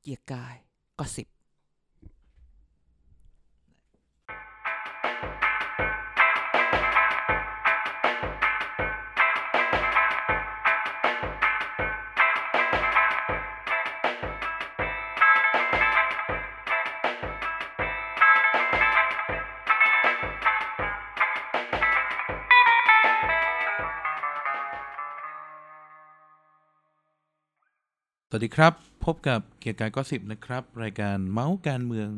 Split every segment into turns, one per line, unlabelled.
เกียร์กายก็สิบ
สวัสดีครับ พบกับเกียร์กายก็สิบนะครับ รายการเมาส์การเมือง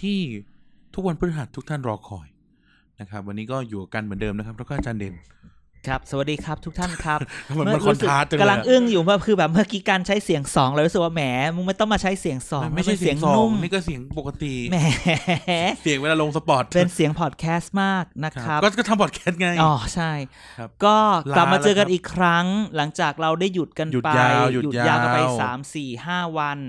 ที่ทุกวันพฤหัสทุกท่านรอคอยนะครับ วันนี้ก็อยู่กันเหมือนเดิมนะครับแล้วก็อาจารย์เด่น
ครับ สวัสดีครับทุกท่านครับ
มันมัน
เอรู้สึก
คอนทราสต์จังเลย
กำลังอึ้งอยู่ว่าคือแบบเมื่อกี้การใช้เสียงสองเรารู้สึกว่าแหมมึงไม่ต้องมาใช้เสียงสอง
ะไม่ใช่
นป็น
เสียงสอง
นุ่ม
นี่ก็เสียงปกติ
แหม
เสียงเวลาลงสปอร์ต
เป็นเสียงพอดแคสต์มากนะค
ค
รั
รับ บก็ก็ทำพอดแคสต์ไง
อ๋อใช่
ครับ
ก็กลับ
ลาแล้
มาว เจอกัน
ครับ
อีกครั้ง หลังจากเราได้หยุดกัน
หยุด
ไป
ยาวหยุด
ยาวกันไป
ยาว
สามสี่ห้าวัน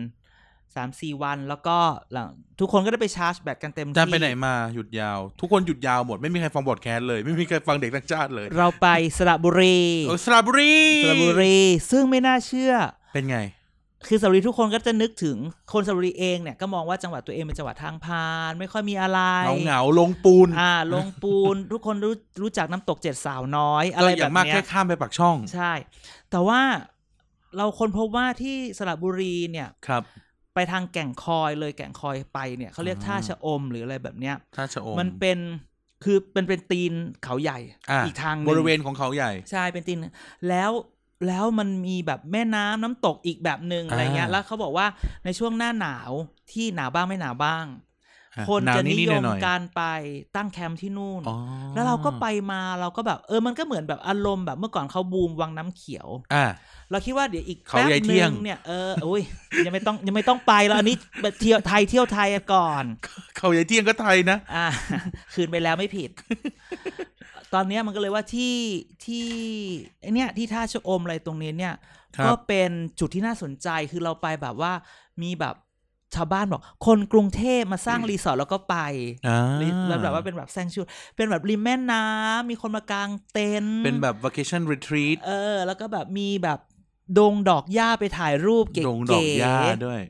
สามสี่วันแล้วก็หลังทุกคนก็ได้ไปชาร์จแบตกันเต็ม
อา
ที่
จารย์ไปไหนมาหยุดยาว ทุกคนหยุดยาวหมดไม่มีใครฟังพอดแคสต์เลยไม่มีใครฟังเด็กต่างชาติเลย
เราไปสระบุรี
เออสระบุรี
สระบุรี ซึ่งไม่น่าเชื่อ
เป็นไง
คือสระบุรีทุกคนก็จะนึกถึงคนสระบุรีเองเนี่ยก็มองว่าจังหวัดตัวเองเป็นจังหวัดทางพาน ไม่ค่อยมีอะไร
เหงาเหงาๆลงปูน
อ่า ลงปูน ทุกคนรู้รู้จักน้ำตกเจ็ดสาวน้อย อะไร
ก็
แบ
อย่า
บ
งมาก
เนี้ย
แค่ข้ามไปปากช่อง
ใช่ แต่ว่าเราค้นพบว่าที่สระบุรีเนี่ย
ครับ
ไปทางแก่งคอยเลยแก่งคอยไปเนี่ยเขาเรียก
อ่า
ท่าชะอมหรืออะไรแบบเนี้ย
ท่าชะอม
มันเป็นคือมันเป็นตีนเขาใหญ่
อ่ะ
อีกทางหนึ่ง
บริเวณของเขาใหญ่
ใช่เป็นตีน แล้วแล้วมันมีแบบแม่น้ำน้ำตกอีกแบบหนึ่งอะไรเงี้ย
อ่า
แล้วเขาบอกว่าในช่วงหน้าหนาวที่หนาวบ้างไม่หนาวบ้าง
อ่ะ
คน
หนาว
จะ
นิดๆ
นิยม
หน่อยๆ
การไปตั้งแคมป์ที่นู่น
อ๋อ
แล้วเราก็ไปมาเราก็แบบเออมันก็เหมือนแบบอารมณ์แบบเมื่อก่อนเขาบูมวังน้ำเขียว
อ่ะ
เราคิดว่าเดี๋ยวอีก
เขา
แป๊บ
ใหญ่
หนึ
เที่ยง
งเนี่ยเอออุ้ยยังไม่ต้องยังไม่ต้องไปแล้วอันนี้เที่ยวไทยเที่ยวไทยก่อน
เขาใหญ่เที่ยงก็ไทยนะ
อ่า คืนไปแล้วไม่ผิด ตอนเนี้ยมันก็เลยว่าที่ที่ไอเนี้ยที่ท่าชะอมอะไรตรงนี้เนี่ย
ครับ
ก็เป็นจุดที่น่าสนใจคือเราไปแบบว่ามีแบบชาวบ้านบอก คนกรุงเทพมาสร้างรีสอร์ทแล้วก็ไป
อ่า
แล้วแบบว่าเป็นแบบแซงชูเป็นแบบริมแม่น้ำมีคนมากางเต็นท์
เป็นแบบ vacation retreat
เออ แล้วก็แบบมีแบบดงดอกหญ้าไปถ่ายรูปเก๋ๆ
ดงดอกหญ้าด้วย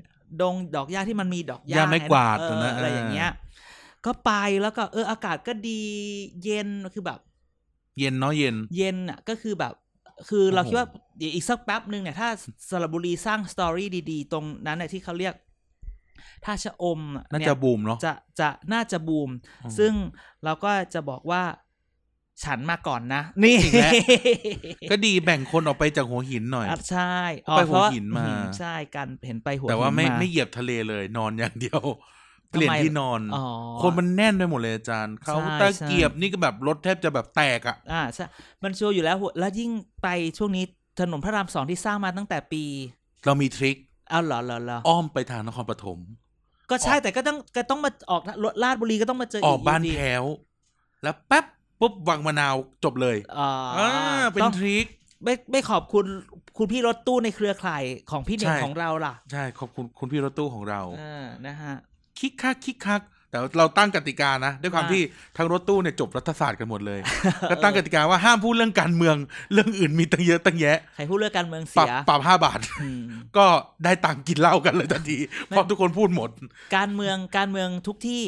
ดงดอกหญ้าที่มันมีดอกหญ้า
หญ้าไม้กวาด
เอ
ตรง
อ
นั้น
อะไรอย่างเงี้ย
อ่
ก็ไปแล้วก็เอออากาศก็ดีเย็นคือแบบ
เย็นเนาะเย็น
เย็นอ่ะก็คือแบบ คือเรา
โอ้โห
คิดว่าเดี๋ยวอีกสักแป๊บหนึ่งเนี่ย ถ้าสระบุรีสร้างสตอรี่ดีๆ ตรงนั้นเนี่ยที่เขาเรียกท่าชะอมอ
น่า
เนี่ย
จะบูมเนาะ
จะจะน่าจะบูม
อืม
ซึ่งเราก็จะบอกว่าฉันมาก่อนนะ นี่
อีกแล้ว ก็ดีแบ่งคนออกไปจากหัวหินหน่อย
อ่ะใช่
ก็ไป
อ๋อเพราะ
หัวหินมา
อืใช่การเห็นไปหัวหิน
แต่ว่าไม่
ม
ไม่เหยียบทะเลเลย นอนอย่างเดียว เป
ทำไม
ลี่ยนที่นอน
อ๋อ
คนมันแน่นไปหมดเลยอาจารย์เขา
ใช่
ตะ
ใช่
เกียบนี่ก็แบบรถแทบจะแบบแตกอ่ะ
อ่าใช่มันชัวร์อยู่แล้วหัวแล้วยิ่งไปช่วงนี้ถนนพระรามสองที่สร้างมาตั้งแต่ปี
เรามีทริค
เอาเหรอเหรอเหรอ
อ้อมไปทางนครปฐม
ก็ใช่
ออก
แต่ก็ต้องก็ต้องมาออกรถลาดบุรีก็ต้องมาเจอ
อ
อี
อกบ้าน
ยู่ดี
แถวแล้วแป๊บปุ๊บวางมะนาวจบเลย
อ่า
อ่าเป็น
ต้อง
ทริค
ไม่ไม่ขอบคุณคุณพี่รถตู้ในเครือข่ายของพี่เน่ง
ใช่
ของเราล่ะ
ใช่ขอบคุณคุณพี่รถตู้ของเรา
เออนะฮะ
คิกคักคิกคัก แต่เราตั้งกติกานะ ด้วยความ
อ่า
ที่ทางรถตู้เนี่ยจบรัฐศาสตร์กันหมดเลย ก็ตั้งกติกาว่าห้ามพูดเรื่องการเมือง เรื่องอื่นมีตั้งเยอะตั้งแยะ
ใครพูดเรื่องการเมือง
ป
เสี
รับ
ย
ปรับห้าบาท
อืม
ก็ได้ตังค์กินเหล้ากันเลยทันทีเพราะทุกคนพูดหมด
การเมืองการเมืองทุกที่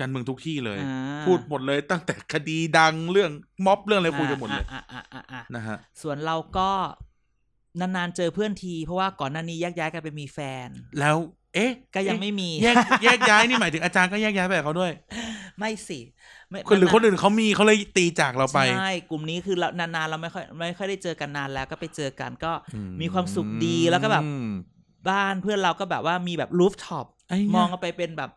การเมืองทุกที่เลย
อ่า
พูดหมดเลย ตั้งแต่คดีดังเรื่องม็อบเรื่องอะไรคุยกันหมดเลย
อ่าอ่าอ่าอ่า
นะฮะ
ส่วนเราก็นานๆเจอเพื่อนที เพราะว่าก่อนหน้านี้แยกย้ายกันไปมีแฟน
แล้ว เอ๊ะ
ก็ยังไม่มี
แยกแยกย้ายนี่หมายถึงอาจารย์ก็แยกย้ายไปกับเขาด้วย
ไม่สิไม่
คนหรือ
ไม่
คนอื่นเขามีเขาเลยตีจากเราไป
ใช่กลุ่มนี้คือเรานานๆเราไม่ค่อยไม่ค่อยได้เจอกันนานแล้วก็ไปเจอกันก็
อื
มีความสุขดีแล้วก็แบบ บ้านเพื่อนเราก็แบบว่ามีแบบรูฟท็อป
ไยะ
มองกันไปเป็นแบบ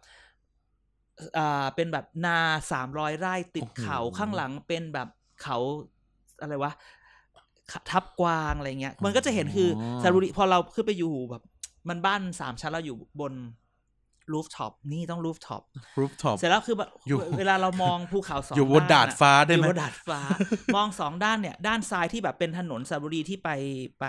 อ่าเป็นแบบนาสามร้อยไร่ติด
โอ้โห
เขาข้างหลังเป็นแบบเขาอะไรวะขะทับกวางอะไรเงี้ย มันก็จะเห็นคือสระบุรีพอเราขึ้นไปอยู่แบบ มันบ้านสามชั้นเราอยู่บนรูฟท็อปนี่ต้องรูฟท็อป
รูฟท็อป
เสร็จแล้วคือแบบ
อยู่
เวลาเรามองภูเขาสอง
อยู่บนดาด
ะ
ฟ้าได้
อ
ไหม
ยู่บนดาดฟ้า มองสองด้านเนี่ย ด้านซ้ายที่แบบเป็นถนนสระบุรีที่ไปไป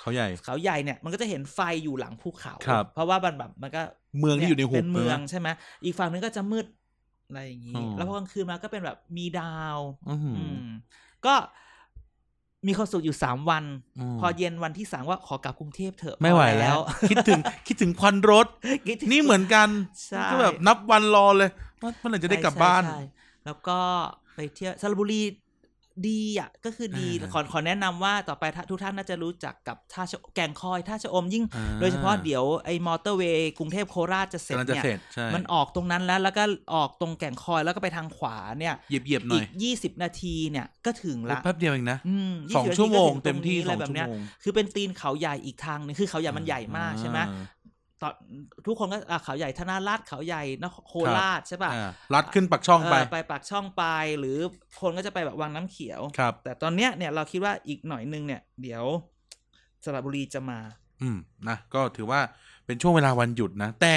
เขาใหญ่
เขาใหญ่เนี่ย มันก็จะเห็นไฟอยู่หลังภูเขา
ครับ
เพราะว่ามันแบบมันก็
เมืองที่อยู่ในหุบ
เป็นเมืองใช่ไหมอีกฝั่งนึงก็จะมืดอะไรอย่าง
อ๋
นี้
อ
แล้วพอกลางคืนมาก็เป็นแบบมีดาว
อื้อหือ
อื
อ
ม ก็ มีความสุขอยู่สามวัน
ม
พอเย็นวันที่สามว่าขอกลับกรุงเทพเถอะ
ไม่ไหว
พอ
แล้ว คิดถึ งคิดถึงควันรถ
คิดถึง
นี่เหมือนกัน
ใช่
ก็แบบนับวันรอเลยว่าเมื่อไหร่จะได้กลับบ้าน
ใช่ใช่แล้วก็ไปเที่ยวสระบุรีดีอ่ะก็คือดี
อ่า
ขอขอแนะนำว่าต่อไปถ้าทุกท่านน่าจะรู้จักกับท่าชะแก่งคอยท่าชะอมยิ่ง
อ่
โดยเฉพาะเดี๋ยวไอ้มอเตอร์เวย์กรุงเทพโคราชจะเสร็จ
กำลังจะ
เนี่ย
เสร็จใช่
มันออกตรงนั้นแล้วแล้วก็ออกตรงแก่งคอยแล้วก็ไปทางขวาเนี่ย
เหยียบเหยียบๆหน่
อี
อย
กยี่สิบนาทีเนี่ยก็ถึงละ
แป๊บเดียวเองนะ
ม20
สอง
นาที
ชั่วโมง
ก็ถึ
เต็มที่
รนี้
ส
อะ
อ
ไรง แบบ
ชั่ว
เนี้ย
โมง
คือเป็นตีนเขาใหญ่อีกทางหนึงคือเขาใหญ่มันใหญ่มากใช่ไหม
อ่า
ตอนทุกคนก็อ่ะเขาใหญ่ธนาราชเขาใหญ่นครโคราชใช่ป่ะ
อ่าลัดขึ้นปักช่องไป
เไปปากช่องไปหรือคนก็จะไปแบบวังน้ำเขียว
ครับ
แต่ตอนเนี้ยเนี่ยเราคิดว่าอีกหน่อยนึงเนี่ย เดี๋ยวสระบุรีจะมา
อืมนะก็ถือว่าเป็นช่วงเวลาวันหยุดนะ แต่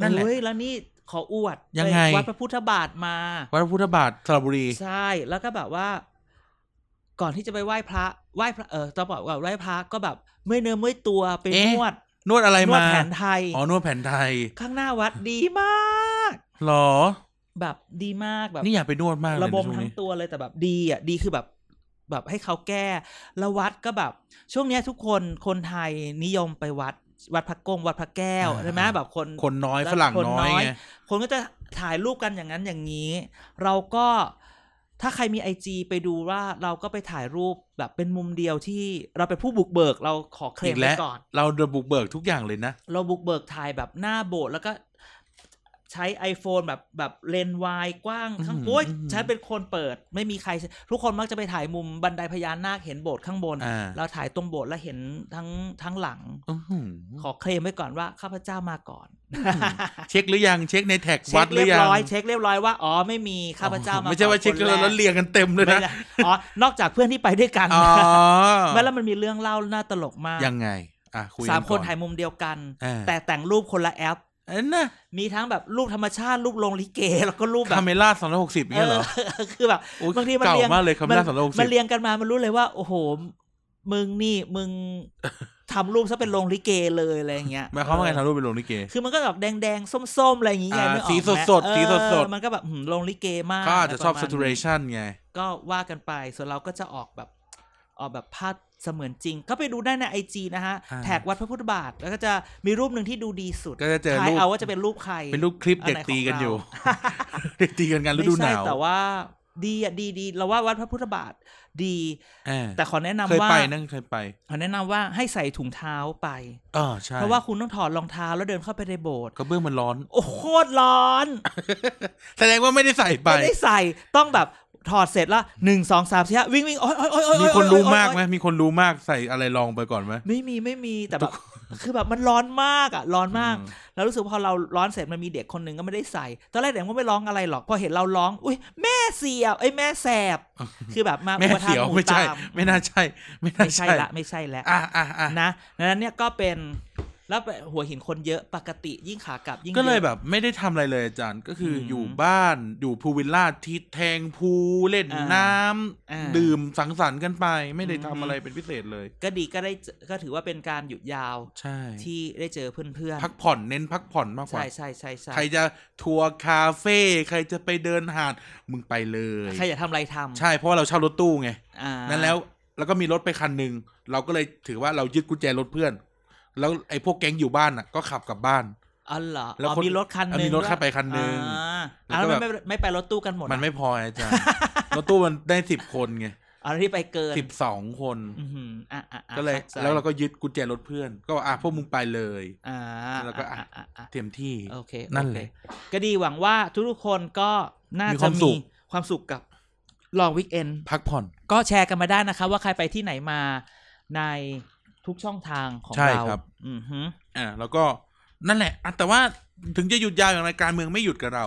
นั่นแหละ
เฮ้ยแล้วนี่ขออวด
ยังไง
ปวัดพระพุทธบาทมา
วัดพระพุทธบาทสระบุรี
ใช่แล้วก็แบบว่า ก่อนที่จะไปไหว้พระไหว้พระเออต้องบอกว่าไหว้พระก็แบบเมื่อยเนื้อเมื่อยตัวไป
เอ๊ะ
นวด
นวดอะไร
นวด
มา
แผนไทย
อ๋อนวดแผนไทย
ข้างหน้าวัดดีมาก
หรอ
แบบดีมากแบบ
นี่อยากไปนวดมากเลย
ระบม
ในช่วง
ทั้ง
นี้
ตัวเลยแต่แบบดีอ่ะดีคือแบบแบบให้เขาแก้แล้ววัดก็แบบ ช่วงเนี้ยทุกคนคนไทยนิยมไปวัด วัดพระกงวัดพระแก้ว
อ่า
ใช่ไหมแบบคน
คนน้อยฝรั่ง
คน
น้
น้
อย
อย
ไง
คนก็จะถ่ายรูปกันอย่างนั้นอย่างนี้ เราก็ถ้าใครมีไอจไปดูว่าเราก็ไปถ่ายรูปแบบเป็นมุมเดียวที่เราเป็นผู้บุกเบิกเราขอเคล
อี
ม
ก
ไป
แล้ว
ก่อน
เราระบุกเบิกทุกอย่างเลยนะ
เราบุกเบิกถ่ายแบบหน้าโบสถ์แล้วก็ใช้ iPhone แบบแบบเลนส์วายกว้างข้าง
อืม
โอ้ย
อืม
ฉันเป็นคนเปิด ไม่มีใคร ทุกคนมักจะไปถ่ายมุมบันไดพญานาคเห็นโบสถ์ข้างบน
อ่า
เราถ่ายตรงโบสถ์แล้วเห็นทั้งทั้งหลัง
อื้อหือ
ขอเคลมไว้ก่อนว่าข้าพเจ้ามาก่อน
เช็คหรือยังเช็คในแท็ก
เช็
วัด
ค
หรื
เรีย
อบ ยัง
ร้อยเช็คเรียบร้อยว่าอ๋อไม่มีข้าพเจ้า
อ๋อ
มา
ไม่ใช่ว่าเช็คแล้วแล้วเรียงกันเต็มเลย
ไม่
นะ
ได้อ๋อนอกจากเพื่อนที่ไปด้วยกัน
อ๋อ
ไม่แล้วมันมีเรื่องเล่าน่าตลกมาก
ยังไง อ่ะคุยกั
สามคน
ก่อ
ถ่ายมุมเดียวกัน
อ่า
แต่แต่งรูปคนละแอป
เอ้ยนะ
มีทั้งแบบรูปธรรมชาติรูปลงลิเก แล้วก็รูปแบ
คา
บ
เมล่าสองร้อยหกสิบเนี่ยเหรอ
เอคือแบบ
โอ้ย
บางทีมัน
เก่า
เรียง
มากเลยคำ
น
ล่าสำหรับ60
มันเรียงกันมามันรู้เลยว่า โอ้โห มึงนี่มึงทำรูปซะเป็นลงลิเกเลยอะไรอย่างเงี้ย
หมายความว่าไงทำรูปเป็นโรงลิเก
คือมันก็แบบแดงๆส้มๆอะไรอย่างเงี้ย
อ่า
นึกออกไหม
สีสดๆ
เออ
สีสดๆ
มันก็แบบหืมลงลิเกมาก
เขาอาจจะชอบ
ไรปรมาณนี้
saturation ไง
ก็ว่ากันไป ส่วนเราก็จะออกแบบออกแบบภาพเสมือนจริง ก็ไปดูได้ในไอจีนะฮะ
อ่า
แท็กวัดพระพุทธบาท แล้วก็จะมีรูปหนึ่งที่ดูดีสุด
ก็จะเจอ
ทาย
รูป
เอาว่าจะเป็นรูปใคร
เป็นรูปคลิปเด็กตีกันอยู่ เด็กตีกันกันฤ
ไม่
ดูห
ใช่
นาว
แต่ว่าดีอ่ะดีดีเราว่าวัดพระพุทธบาทดี
อ่า
แต่ขอแนะนำ
เคย
ว่า
ไปนั่งเคยไป
ขอแนะนำว่าให้ใส่ถุงเท้าไป
เออใช่
เพราะว่าคุณต้องถอดรองเท้าแล้วเดินเข้าไปในโบสถ์
กระเบื้องมันร้อน
โอ้โหโคตรร้อน
แสดงว่าไม่ได้ใส่ไป
ไม่ได้ใส่ต้องแบบถอดเสร็จแล้วหนึ่งสองสามสี่ห้าวิ่งวิ่งโอ้ยโอ้ยโอ้ยโอ๊ย
มี
โอ๊ย
คนรู้
โอ๊ย
มาก
โอ๊ย
ไหมมีคนรู้มากใส่อะไรลองไปก่อนไหม
ไม่มีไม่มีแต่แบบคือแบบมันร้อนมากอ่ะร้อนมาก แล้วรู้สึกว่าพอเราร้อนเสร็จมันมีเด็กคนหนึ่งก็ไม่ได้ใส่ ตอนแรกเด็กก็ไม่ร้องอะไรหรอก พอเห็นเราร้อง อุ้ยแม่เสียบไอ้ยแม่แส บ คือแบบมา
แม่
อุปทาน
เสียว
ห
ไม่ใช่
ตาม
ไม่น่าใช่ ไม่น่า
ไม่
ใช่
ใช่ละไม่ใช่แล้ว
อ่ะอ่ะอ่ะ
นะดังนั้นเนี่ยก็เป็นแล้วไปหัวหินคนเยอะปกติยิ่งขากลับยิ่ง
ก็เลย
อะ
แบบไม่ได้ทำอะไรเลยอาจารย์ก็คืออ
ม
อยู่บ้านอยู่พูลวิลล่าทิศแทงพูเล่น
อ่า
น้ำ
อ่า
ดื่มสังสรรค์กันไป ไม่ได้ทำ
อืม
อะไรเป็นพิเศษเลย
ก็ดีก็ได้เจอก็ถือว่าเป็นการหยุดยาว
ใช่
ที่ได้เจอเพื่อนๆ
พักผ่อนเน้นพักผ่อนมากกว่า
ใช่ใช่ใช่ใช่
ใครจะทัวร์คาเฟ่ใครจะไปเดินหาดมึงไปเลย
ใครอยากทำอะไรทำ
ใช่เพราะว่าเราเช่ารถตู้ไง
อ่า
นั้นแล้วแล้วก็มีรถไปคันหนึ่งเราก็เลยถือว่าเรายึดกุญแจรถเพื่อน แล้วไอ้พวกแก๊งอยู่บ้านน่ะ ก็ขับกลับบ้าน
อ๋อเหรอ
แล้ว
อ๋อ
คน
มีรถคันหนึ่ง
มีรถ
ด้วย
เข้าไปคันหนึ่ง
อา
แล้ว
แล้ว
ก็
ทำไม
แบบ
ไม่ไม่ไปรถตู้กันหมด
มันไม่พออาจารย์ รถตู้มันได้สิบคนไง
อ๋อที่ไปเกิน
สิบสองคน
อื้อหืออ่ะอ่ะอ่ะ
ก็เลย
ข้ใจ
แล้วเราก็ยึดกุญแจรถเพื่อน ก็บอกอ่ะพวกมึงไปเลย
อ่า
แล้วก็อ่ะ
อ่ะอ่ะอ่ะ
เต็มที่
โอเค
นั่น
โอค
เลย
ก็ดีหวังว่าทุกๆคนก็น่า
มีค
จะ
วามสุ
มี
ข
ความสุขกับลองวิกเอน
พักผ่อน
ก็แชร์กันมาได้นะคะ ว่าใครไปที่ไหนมาในทุกช่องทางของ
ใช่
เรา
ครับ
อือฮึ
อ่ะแล้วก็นั่นแหละอ่ะแต่ว่าถึงจะหยุดยาวอย่างไรการเมืองไม่หยุดกับเรา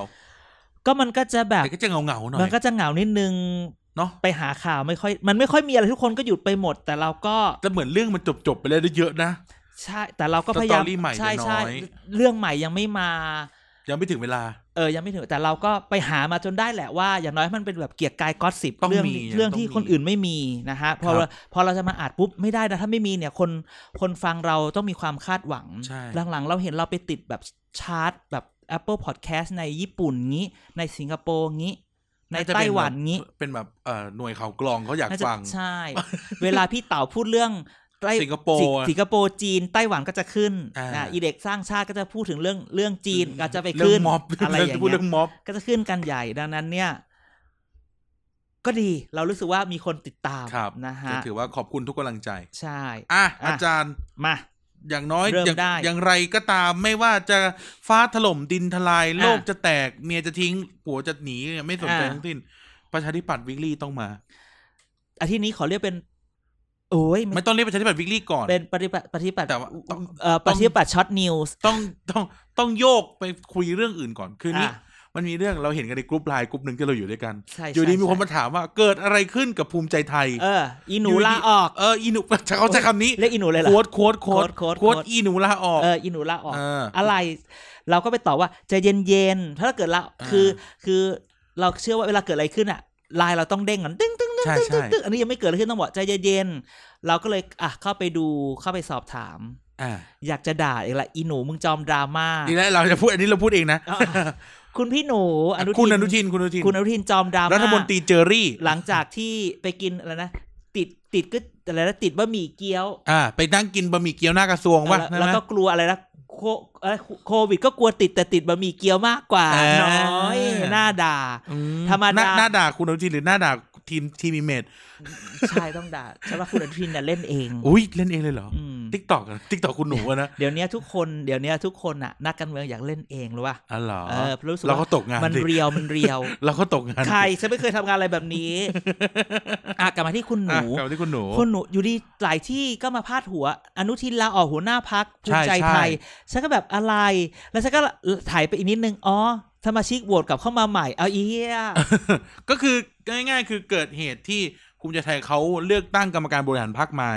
ก็มันก็จะแบบ
แต่ก็จะเงาเงาๆหน่อ
มัน
ย
ก็จะเหงานิดนึง
เนาะ
ไปหาข่าวไม่ค่อย มันไม่ค่อยมีอะไรทุกคนก็หยุดไปหมด แต่เราก็
แต่เหมือนเรื่องมันจบจบๆไปเลยได้เยอะนะ
ใช่แต่เราก็พยายาม
สตอรี่ใหม่
ใช่
จะน้อย
ใช่เรื่องใหม่ยังไม่มา
ยังไม่ถึงเวลา
เออยังไม่ถึงแต่เราก็ไปหามาจนได้แหละว่า อย่างน้อยมันเป็นแบบเกียร์กายก็สิบ
ต้อง
เรื่อง
มี
เรื่อง
ต้อง
ที่
มี
คนอื่นไม่มีนะฮะพอ
ครับ
พอเราจะมาอัดปุ๊บไม่ได้นะถ้าไม่มีเนี่ยคนคนฟังเราต้องมีความคาดหวัง
ใช่
หลังๆ เราเห็นเราไปติดแบบชาร์ตแบบ Apple Podcast ในญี่ปุ่นงี้ ในสิงคโปร์งี้ ใน
น่าจะ
ไต้
เป็แบบ
หวันงี้
เป็นแบบเอ่อหน่วยข่าวกลองเขาอยาก
น่าจะ
ฟัง
ใช่ เวลาพี่เต๋าพูดเรื่องไต้
สิงคโปร์
สิสิงคโปร์จีนไต้หวันก็จะขึ้น
อ่า
ะอีเด็กสร้างชาติก็จะพูดถึงเรื่องเรื่องจีนก็จะไป
เรื่
ขึ้น
องม็อบ
อะไรอย่าง
พูด
เงี้
เรื่
ย
องม็อบ
ก็จะขึ้นกันใหญ่ดังนั้นเนี่ย ก็ดีเรารู้สึกว่ามีคนติดตาม
ครับ
นะ
ก็
ฮะ
ถือว่าขอบคุณทุกกำลังใจ
ใช่
อ่ะ
อ่ะ
อาจารย์
มา
อย่างน้อย
เริ่ม
อย่าง
ได้
อย่างไรก็ตามไม่ว่าจะฟ้าถล่มดินทลาย โลก
อ่ะ
จะแตกเมียจะทิ้ง ผัวจะหนีเนี่ยไม่สนใจ
อ่ะ
ทั้งสิ้นประชาธิปัตย์วิกลี่ต้องมา
อาทิตย์นี้ขอเรียกเป็น โอ้ย
ไม่ต้องเรียกประชาธิปัตย์วิกลี่ก่อน
เป็นปฏิบัติปฏิบัติ
แต่ว่าต้อง
เอ่อป
ต้อง
ฏิบัติช็อตนิวส์
ต้องต้องต้องโยกไปคุยเรื่องอื่นก่อนคืนนี้
ะ
มันมีเรื่องเราเห็นกันในกรุ๊ปไลน์กรุ๊ปหนึ่งที่เราอยู่ด้วยกัน
ใช่
อยู่ดี
ใช่
มีคนมาถามว่าเกิดอะไรขึ้นกับภูมิใจไทย
เออ อีหนู
อยู่ดี
ลาออก
เอออีหนูจะเขาใช้คำนี้
เรียกอีหนูเลยเหรอ
โค้ดโค้ดโค้ด
โค้ด
โค้ด
โค้ด
อีหนูลาออก
เอออีหนูลาออก
เออ
อะไร เราก็ไปตอบว่าใจเย็นๆถ้าเกิดละ
อ่า
คือคือเราเชื่อว่าเวลาเกิดอะไรขึ้นอะไลน์เราต้องเด้งกันตึ้งตึ้งตึ้ง
ใช่
ตึ้งตึ้ง
ใช่
ตึ้งอันนี้ยังไม่เกิดอะไรขึ้นต้องบอกใจเย็นๆเราก็เลยอ่ะเข้าไปดูเข้าไปสอบถาม
อ่า
อยากจะด่าอีกละอีหนูมึงจอมดราม่า
ดีแล้วเราจะพูดอันนี้เราพูดเองนะ
อ่ะ คุณพี่หนูอนุทิน
คุณอนุทินคุณอนุทิน
คุณอนุทินจอมดราม่า
รัฐมนตรีเจอรี่
หลังจากที่ไปกินอะไรนะติดติดก็อะไรนะติดบะหมี่เกี๊ยว
อ่า ไปนั่งกินบะหมี่เกี๊ยวหน้ากระทรวงว่า
แล้ว
ใช่
แล้ว
ไหม
ก็กลัวอะไรนะโคอะไรโควิดก็กลัวติดแต่ติดบะหมี่เกี๊ยวมากกว่า
อ่า
น้อยหน้าด่า
อื
ธรรมดา
หน้หน้าด่าคุณอนุทินหรือหน้าด่าทีมทีมอิเมด
ใช่ต้องด่าใช่ว่าคุณอนุทินน่ะเล่นเอง
อุ้ยเล่นเองเลยเหรอ
อืม
ทิกตอกทิกตอกคุณหนูอะนะ
เดี๋ยวเนี้ยทุกคนเดี๋ยวเนี้ยทุกคนอ่ะนักการเมืองอยากเล่นเองหรือวะ
อ๋อเหรอ
เออเพราะรู้สึก
เราก็
ว่า
ตกงาน
มัน
ดิ
เรียวมันเรียว
เราก็ตกงาน
ใครฉันไม่เคยทำงานอะไรแบบนี้ อ่ะกลับมาที่คุณห
อ่ะ
นู
กลับมาที่คุณหนู
คนหนูอยู่ดีหลายที่ก็มาพาดหัว อนุทินลาออกหัวหน้าพักภูมิใจ
ใช่
ไทย
ใช่
ฉันก็แบบอะไร แล้วฉันก็ถ่ายไปอีกนิดนึง อ๋อสมาชิกโหวตกลับเข้ามาใหม่ เอาเอีย
ก็คือง่ายๆ คือเกิดเหตุที่ภูมิใจไทยเขาเลือกตั้งกรรมการบริหารพรรคใหม่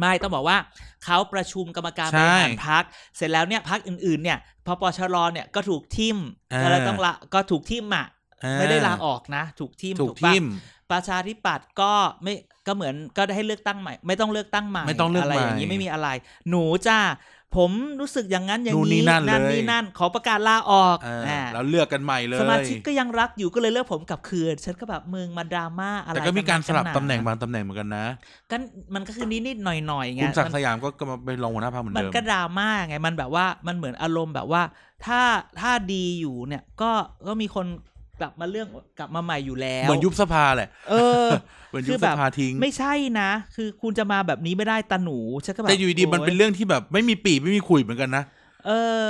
ไม่ต้องบอกว่าเขาประชุมกรรมการบ
ใช่
ริหารพัก เสร็จแล้วเนี่ยพักอื่นๆ เนี่ยพอปชรเนี่ยก็ถูกทิม
อ่า
ก็เลยต้องละก็ถูกทิมอ่ะไม่ได้ลาออกนะ ถูกทิม
ถูก
ปะ
ทิม
ประชาธิปัตย์ก็ไม่ก็เหมือนก็ได้ให้เลือกตั้งใหม่ ไม่ต้องเลือกตั้งใหม่
ไม่ต้องเลือก
อะไรอย่าง
ใหม่
นี้ไม่มีอะไร หนูจ้าผมรู้สึกอย่างนั้นอย่าง
นู่นนี่
นี้
นั่นเลย
นี่นั่น ขอประกาศลาออก
เออ
อ่า
แล้วเลือกกันใหม่เลย
สมาชิกก็ยังรักอยู่ก็เลยเลือกผมกลับคืน ฉันก็แบบมึงมาดราม่าอะไร
แต่ก็มีการสลับ
นนั
ตำแหน่งบางตำแหน่งเหมือนกันนะ
กันมันก็คือนิดนิดๆหน่อยหน่อยๆไง
คุณศัก
มัน
ดิ์สยามก็มาเป็นรองหัวหน้าพรรคเหมือน
มัน
เดิม
ก็ดราม่าไงมันแบบว่ามันเหมือนอารมณ์แบบว่า ถ้าถ้าดีอยู่เนี่ยก็ก็มีคนกลับมาเรื่องกลับมาใหม่อยู่แล้ว
เหมือนยุบสภาแหละ
เออ
เหมือน
คื
ยุบ
อ
ส
แบบ
ภาทิ้ง
ไม่ใช่นะ คือคุณจะมาแบบนี้ไม่ได้ตาหนูฉันก็แบบ
แต่อยู่ดีๆมันเป็
โอ๊
น
ย
เรื่องที่แบบไม่มีปีกไม่มีขุยเหมือนกันนะ
เออ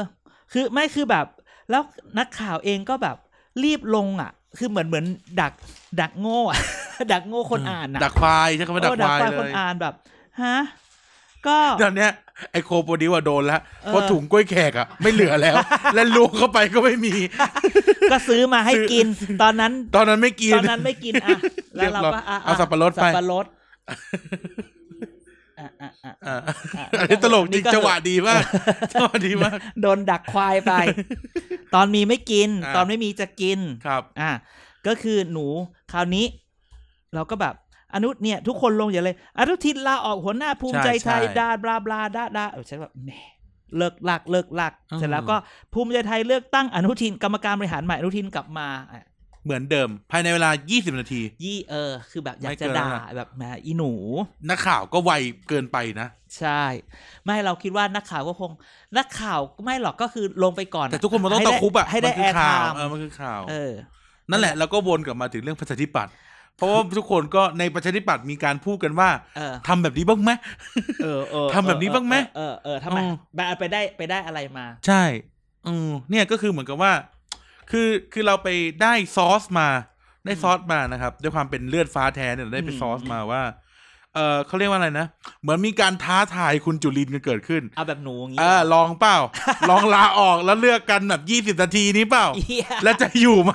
คือไม่คือแบบ แล้วนักข่าวเองก็แบบรีบลงอ่ะ คือเหมือนเหมือนดัก ดักโง่อะ ดักโง่คนอ่านอ่ะ
ดักควายใช่คำว่า
เอ
ดัก
อ
ควาย
ควายคน
เลย
อ่านแบบฮะก็
ตอนเนี้ยไอโคโปรดิวอะโดนละ
เออ
เพราะถุงกล้วยแขกอะ ไม่เหลือ แล้ว และลวงเข้าไปก็ไม่มี
ก็ซื้อมาให้กิน ตอนนั้น
ตอนนั้นไม่กิน
ตอนนั้นไม่กินอ่ะ แล้วเรา
เรียบร้
ก็
อย
อ่ะ
เอาสับปะรดไป
สับปะร ดอ่ะอ่ะอ่ะ
อ่ะ
ะ
อันนี้ตลกจริง
นี่ก็
จังหวะดีมาก จังหวะดีมาก
โดนดักควายไป ตอนมีไม่กิน
อ่า
ตอนไม่มีจะกิน
ครับ
อ่ะก็คือหนูคราวนี้ เราก็แบบอนุเนี่ย ทุกคนลงอย่างเลยอนุทินลาออกหัวหน้าภูมิใจ
ใช่
ไทย
ใช่
ดาบลาบลาดาดาเออใช่แบบแหมเลิกลักเลิกลัก
อืม
เสร็จแล้วก็ภูมิใจไทยเลือกตั้งอนุทินกรรมการบริหารใหม่อนุทินกลับมาอ่ะ
เหมือนเดิม ภายในเวลา 20 นาที
ยี่เออ คือแบบอยา
ไม่
กจะ
เกิน
ด่า
แล้วนะ
แบบแหมอีหนู
นักข่าวก็ไวเกินไปนะ
ใช่ ไม่เราคิดว่านักข่าวก็คง นักข่าวไม่หรอกก็คือลงไปก่อน
แต่ทุกคนมันต้อง
ให้
ตะ
ได้
คุบอะ
ให้ได้
มัน
แอ
คือ
ร์ไท
ข่าว
ม์
เออมันคือข่าว
เออ
นั่นแหละแล้วก็วนกลับมาถึงเรื่องประชาธิปัตย์เพราะว่าทุกคนก็ในประชาธิปัตย์มีการพูดกันว่า
เออ
ทำแบบนี้บ้างไหม
เออเออ
ทำแบบนี้บ้างไหม
เออเออเออทำไม
อืม
ไปไปได้ไปได้อะไรมา
ใช่อืมเนี่ยก็คือเหมือนกับว่า คือคือเราไปได้ซอสมา ได้ซอสมานะครับ ด้วยความเป็นเลือดฟ้าแท้เนี่ยเราได้ไป
อืม
ซอสมาว่า เออเขาเรียกว่าอะไรนะ เหมือนมีการท้าทายคุณจุลินทร์กันเกิดขึ้น
เอาแบบหนูอย่างงี้
เออลองเปล่า ลองลาออกแล้วเลือกกันแบบยี่สิบ20 นาทีนี้ เปล่า
เหี้ย
แล้วจะอยู่ไหม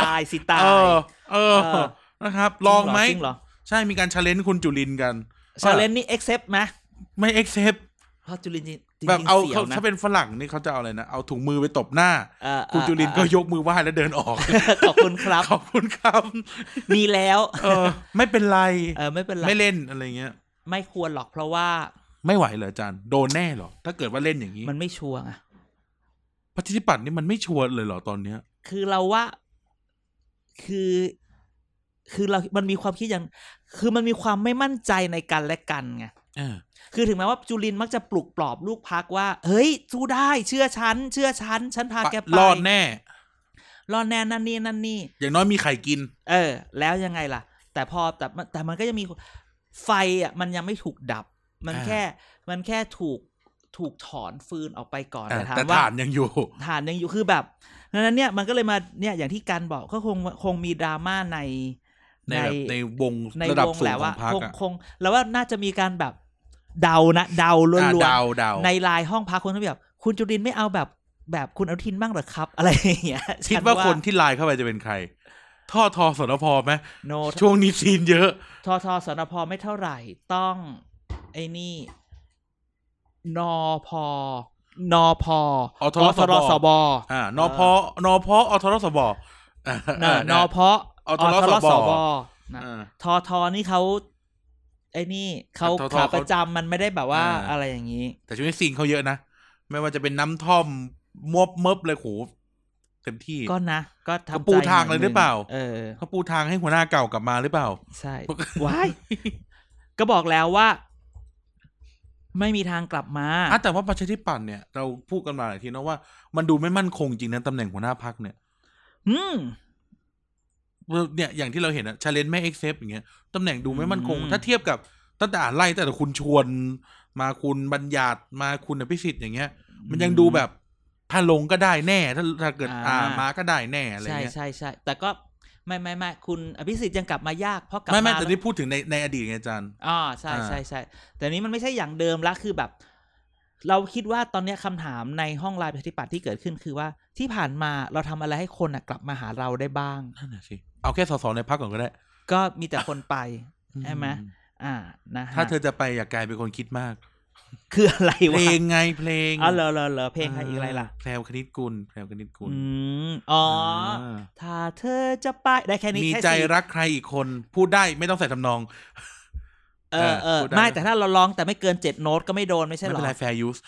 ตายสิตาย
เออ เออ
เออ
นะครับ ลองไหม
จริงเหรอ
ใช่มีการชาเลนจ์คุณจุลินทร์กัน
ชาเลนจ์นี่ accept ไหม
ไม่ accept
เพราะจุลินจริงจริง
แบบเอา
เสีย
เขา
วนะ
ถ้าเป็นฝรั่งนี่เขาจะเอาอะไรนะ เอาถุงมือไปตบหน้า
เออ
คุณ
เออ
จุลินทร์ก็
เออย
กมือไหว้แล้วเดินออก
ขอบคุณครับ
ขอบคุณครับ
มีแล้ว
เอ อ ไม่เป็นไร
เออไม่เป็นไร
ไม่เล่นอะไรเงี้ย
ไม่ควรหรอกเพราะว่า
ไม่ไหวเหรออาจารย์โดนแน่เหรอ ถ้าเกิดว่าเล่นอย่างนี้
มันไม่ชัวร์อะ
ปฏิปัตย์นี่มันไม่ชวนเลยเหรอตอนเนี้ย
คือเราว่า คือคือเรา มันมีความคิดอย่าง คือมันมีความไม่มั่นใจในกันและกันไง
อ่า
คือถึงแม้ว่าจุลินมักจะปลุกปลอบลูกพักว่า เฮ้ยสู้ได้ เชื่อฉัน เชื่อฉัน ฉันพาแกไป
รอดแน่
รอดแน่นั่นนี่นั่นนี่
อย่างน้อยมีไข่กิน
เออ แล้วยังไงล่ะ แต่พอแต่มันแต่มันก็ยังมีไฟอ่ะมันยังไม่ถูกดับ มัน
อ่า
แค่มันแค่ถูกถูกถอนฟืนออกไปก่อน
อ่ะ
แต่ถา
แต่
มว่า
ฐานยังอยู่
ฐานยังอยู่คือแบบดังนั้นเนี่ยมันก็เลยมาเนี่ยอย่างที่การบอกก็คงคงมีดราม่าใน
ในแบบในวง
ใน
ระดับ
วง
สู
แห
ง
ละ
ขอ
ว่าง
พรร
คง
คอ่ะ
คงแล้วว่าน่าจะมีการแบบเดานะเดาล้ว
อ่ะ
น
เดาเดา
ๆในไลายห้องพักคนก็แบบ คุณจุรินทร์ไม่เอาแบบแบบคุณอนุทินบ้างเหรอครับ อะไรอย่างเงี้ย
คิด
ฉั
ว่าคนที่ไลน์เข้าไปจะเป็นใคร ท่อทอสนพไหม
no
ช่วงนี้ซีนเยอะ
ทอทอสนพไม่เท่าไหร่ ต้องไอ้นี่ นอพอนอพอ
อทรสบ
รสบ
อ่านอพอนอพออทรสบอ่ะ
น่ะ
ะ
นอพอ
อทรสบ
นะ
อ่า
ทอทอนี่เขาไอ้นี่เขา
ทอทอ
ขา
เขา
ประจำมันไม่ได้แบบว่า
อ่า
อะไรอย่างนี้
แต่ช่วงนี้ซีนเขาเยอะนะ ไม่ว่าจะเป็นน้ำท่อมมวบเมิบเลยโหเต็มที่
ก็นะ ก็ทำใจ
ก็ปูทางเลยหรือเปล่า
เออ
เขาปูทางให้หัวหน้าเก่ากลับมาหรือเปล่า
ใช่ ว้าย ก็บอกแล้วว่า ไม่มีทางกลับมา
อ่ะแต่ว่าประชาธิปัตย์เนี่ยเราพูดกันมาหลายทีนะว่ามันดูไม่มั่นคงจริงนะตำแหน่งหัวหน้าพักเนี่ย
อืม
เนี่ยอย่างที่เราเห็นอะชาเลนจ์ไม่เอ็กเซปอย่างเงี้ยตำแหน่งดูไม่มั่นคง
อืม
ถ้าเทียบกับตั้งแต่อ่านไล่ตั้งแต่คุณชวนมาคุณบัญญัติมาคุณอภิสิทธิ์อย่างเงี้ย มันยังดูแบบถ้าลงก็ได้แน่ ถ้าถ้าเกิดอ่า
อ่าม
มาก็ได้แน่อะไร
ใช่
เงี้ย
ใช่ใช่ แต่ก็ไม่ไม่ไม่คุณอภิสิทธิ์ยังกลับมายาก เพราะกลับ
ไม่
มา
ไม่แต่ที่พูดถึงในในอดีตไงอาจารย์
อ๋อใช่ใช่ใช่ แต่นี้มันไม่ใช่อย่างเดิมละคือแบบ เราคิดว่าตอนเนี้ยคำถามในห้องไลน์ประชาธิปัตย์ที่เกิดขึ้นคือว่าที่ผ่านมาเราทำอะไรให้คนน่ะกลับมาหาเราได้บ้าง
นั่นน่ะสิ เอาแค่สสในพักก่อนก็ได้
ก็มีแต่คนไป ใช่ไหม
อื
อ่านะฮะ
ถ้าเธอจะไปอย่ากลายเป็นคนคิดมาก
คืออะไร
เพ
วะ
ลงไงเพลง
อ๋อเหรอเหรอเหรอเพลงใครอีกอะไรล่ะ
แพรวคณิตกุลแพรวคณิตกุล
อืม อ๋ออา ถ้าเธอจะไปได้แค่นี้
มี
แค่
ใจ
สี่
รักใครอีกคน พูดได้ไม่ต้องใส่ทำนอง
เออเออ
พูดได้
ไม่แต่ถ้าเราร้องแต่ไม่เกินเจ็ดโน้ตก็ไม่โดนไม่
ไม่
ใช่เหร
เป็
อน
ไรแฟร์ยูส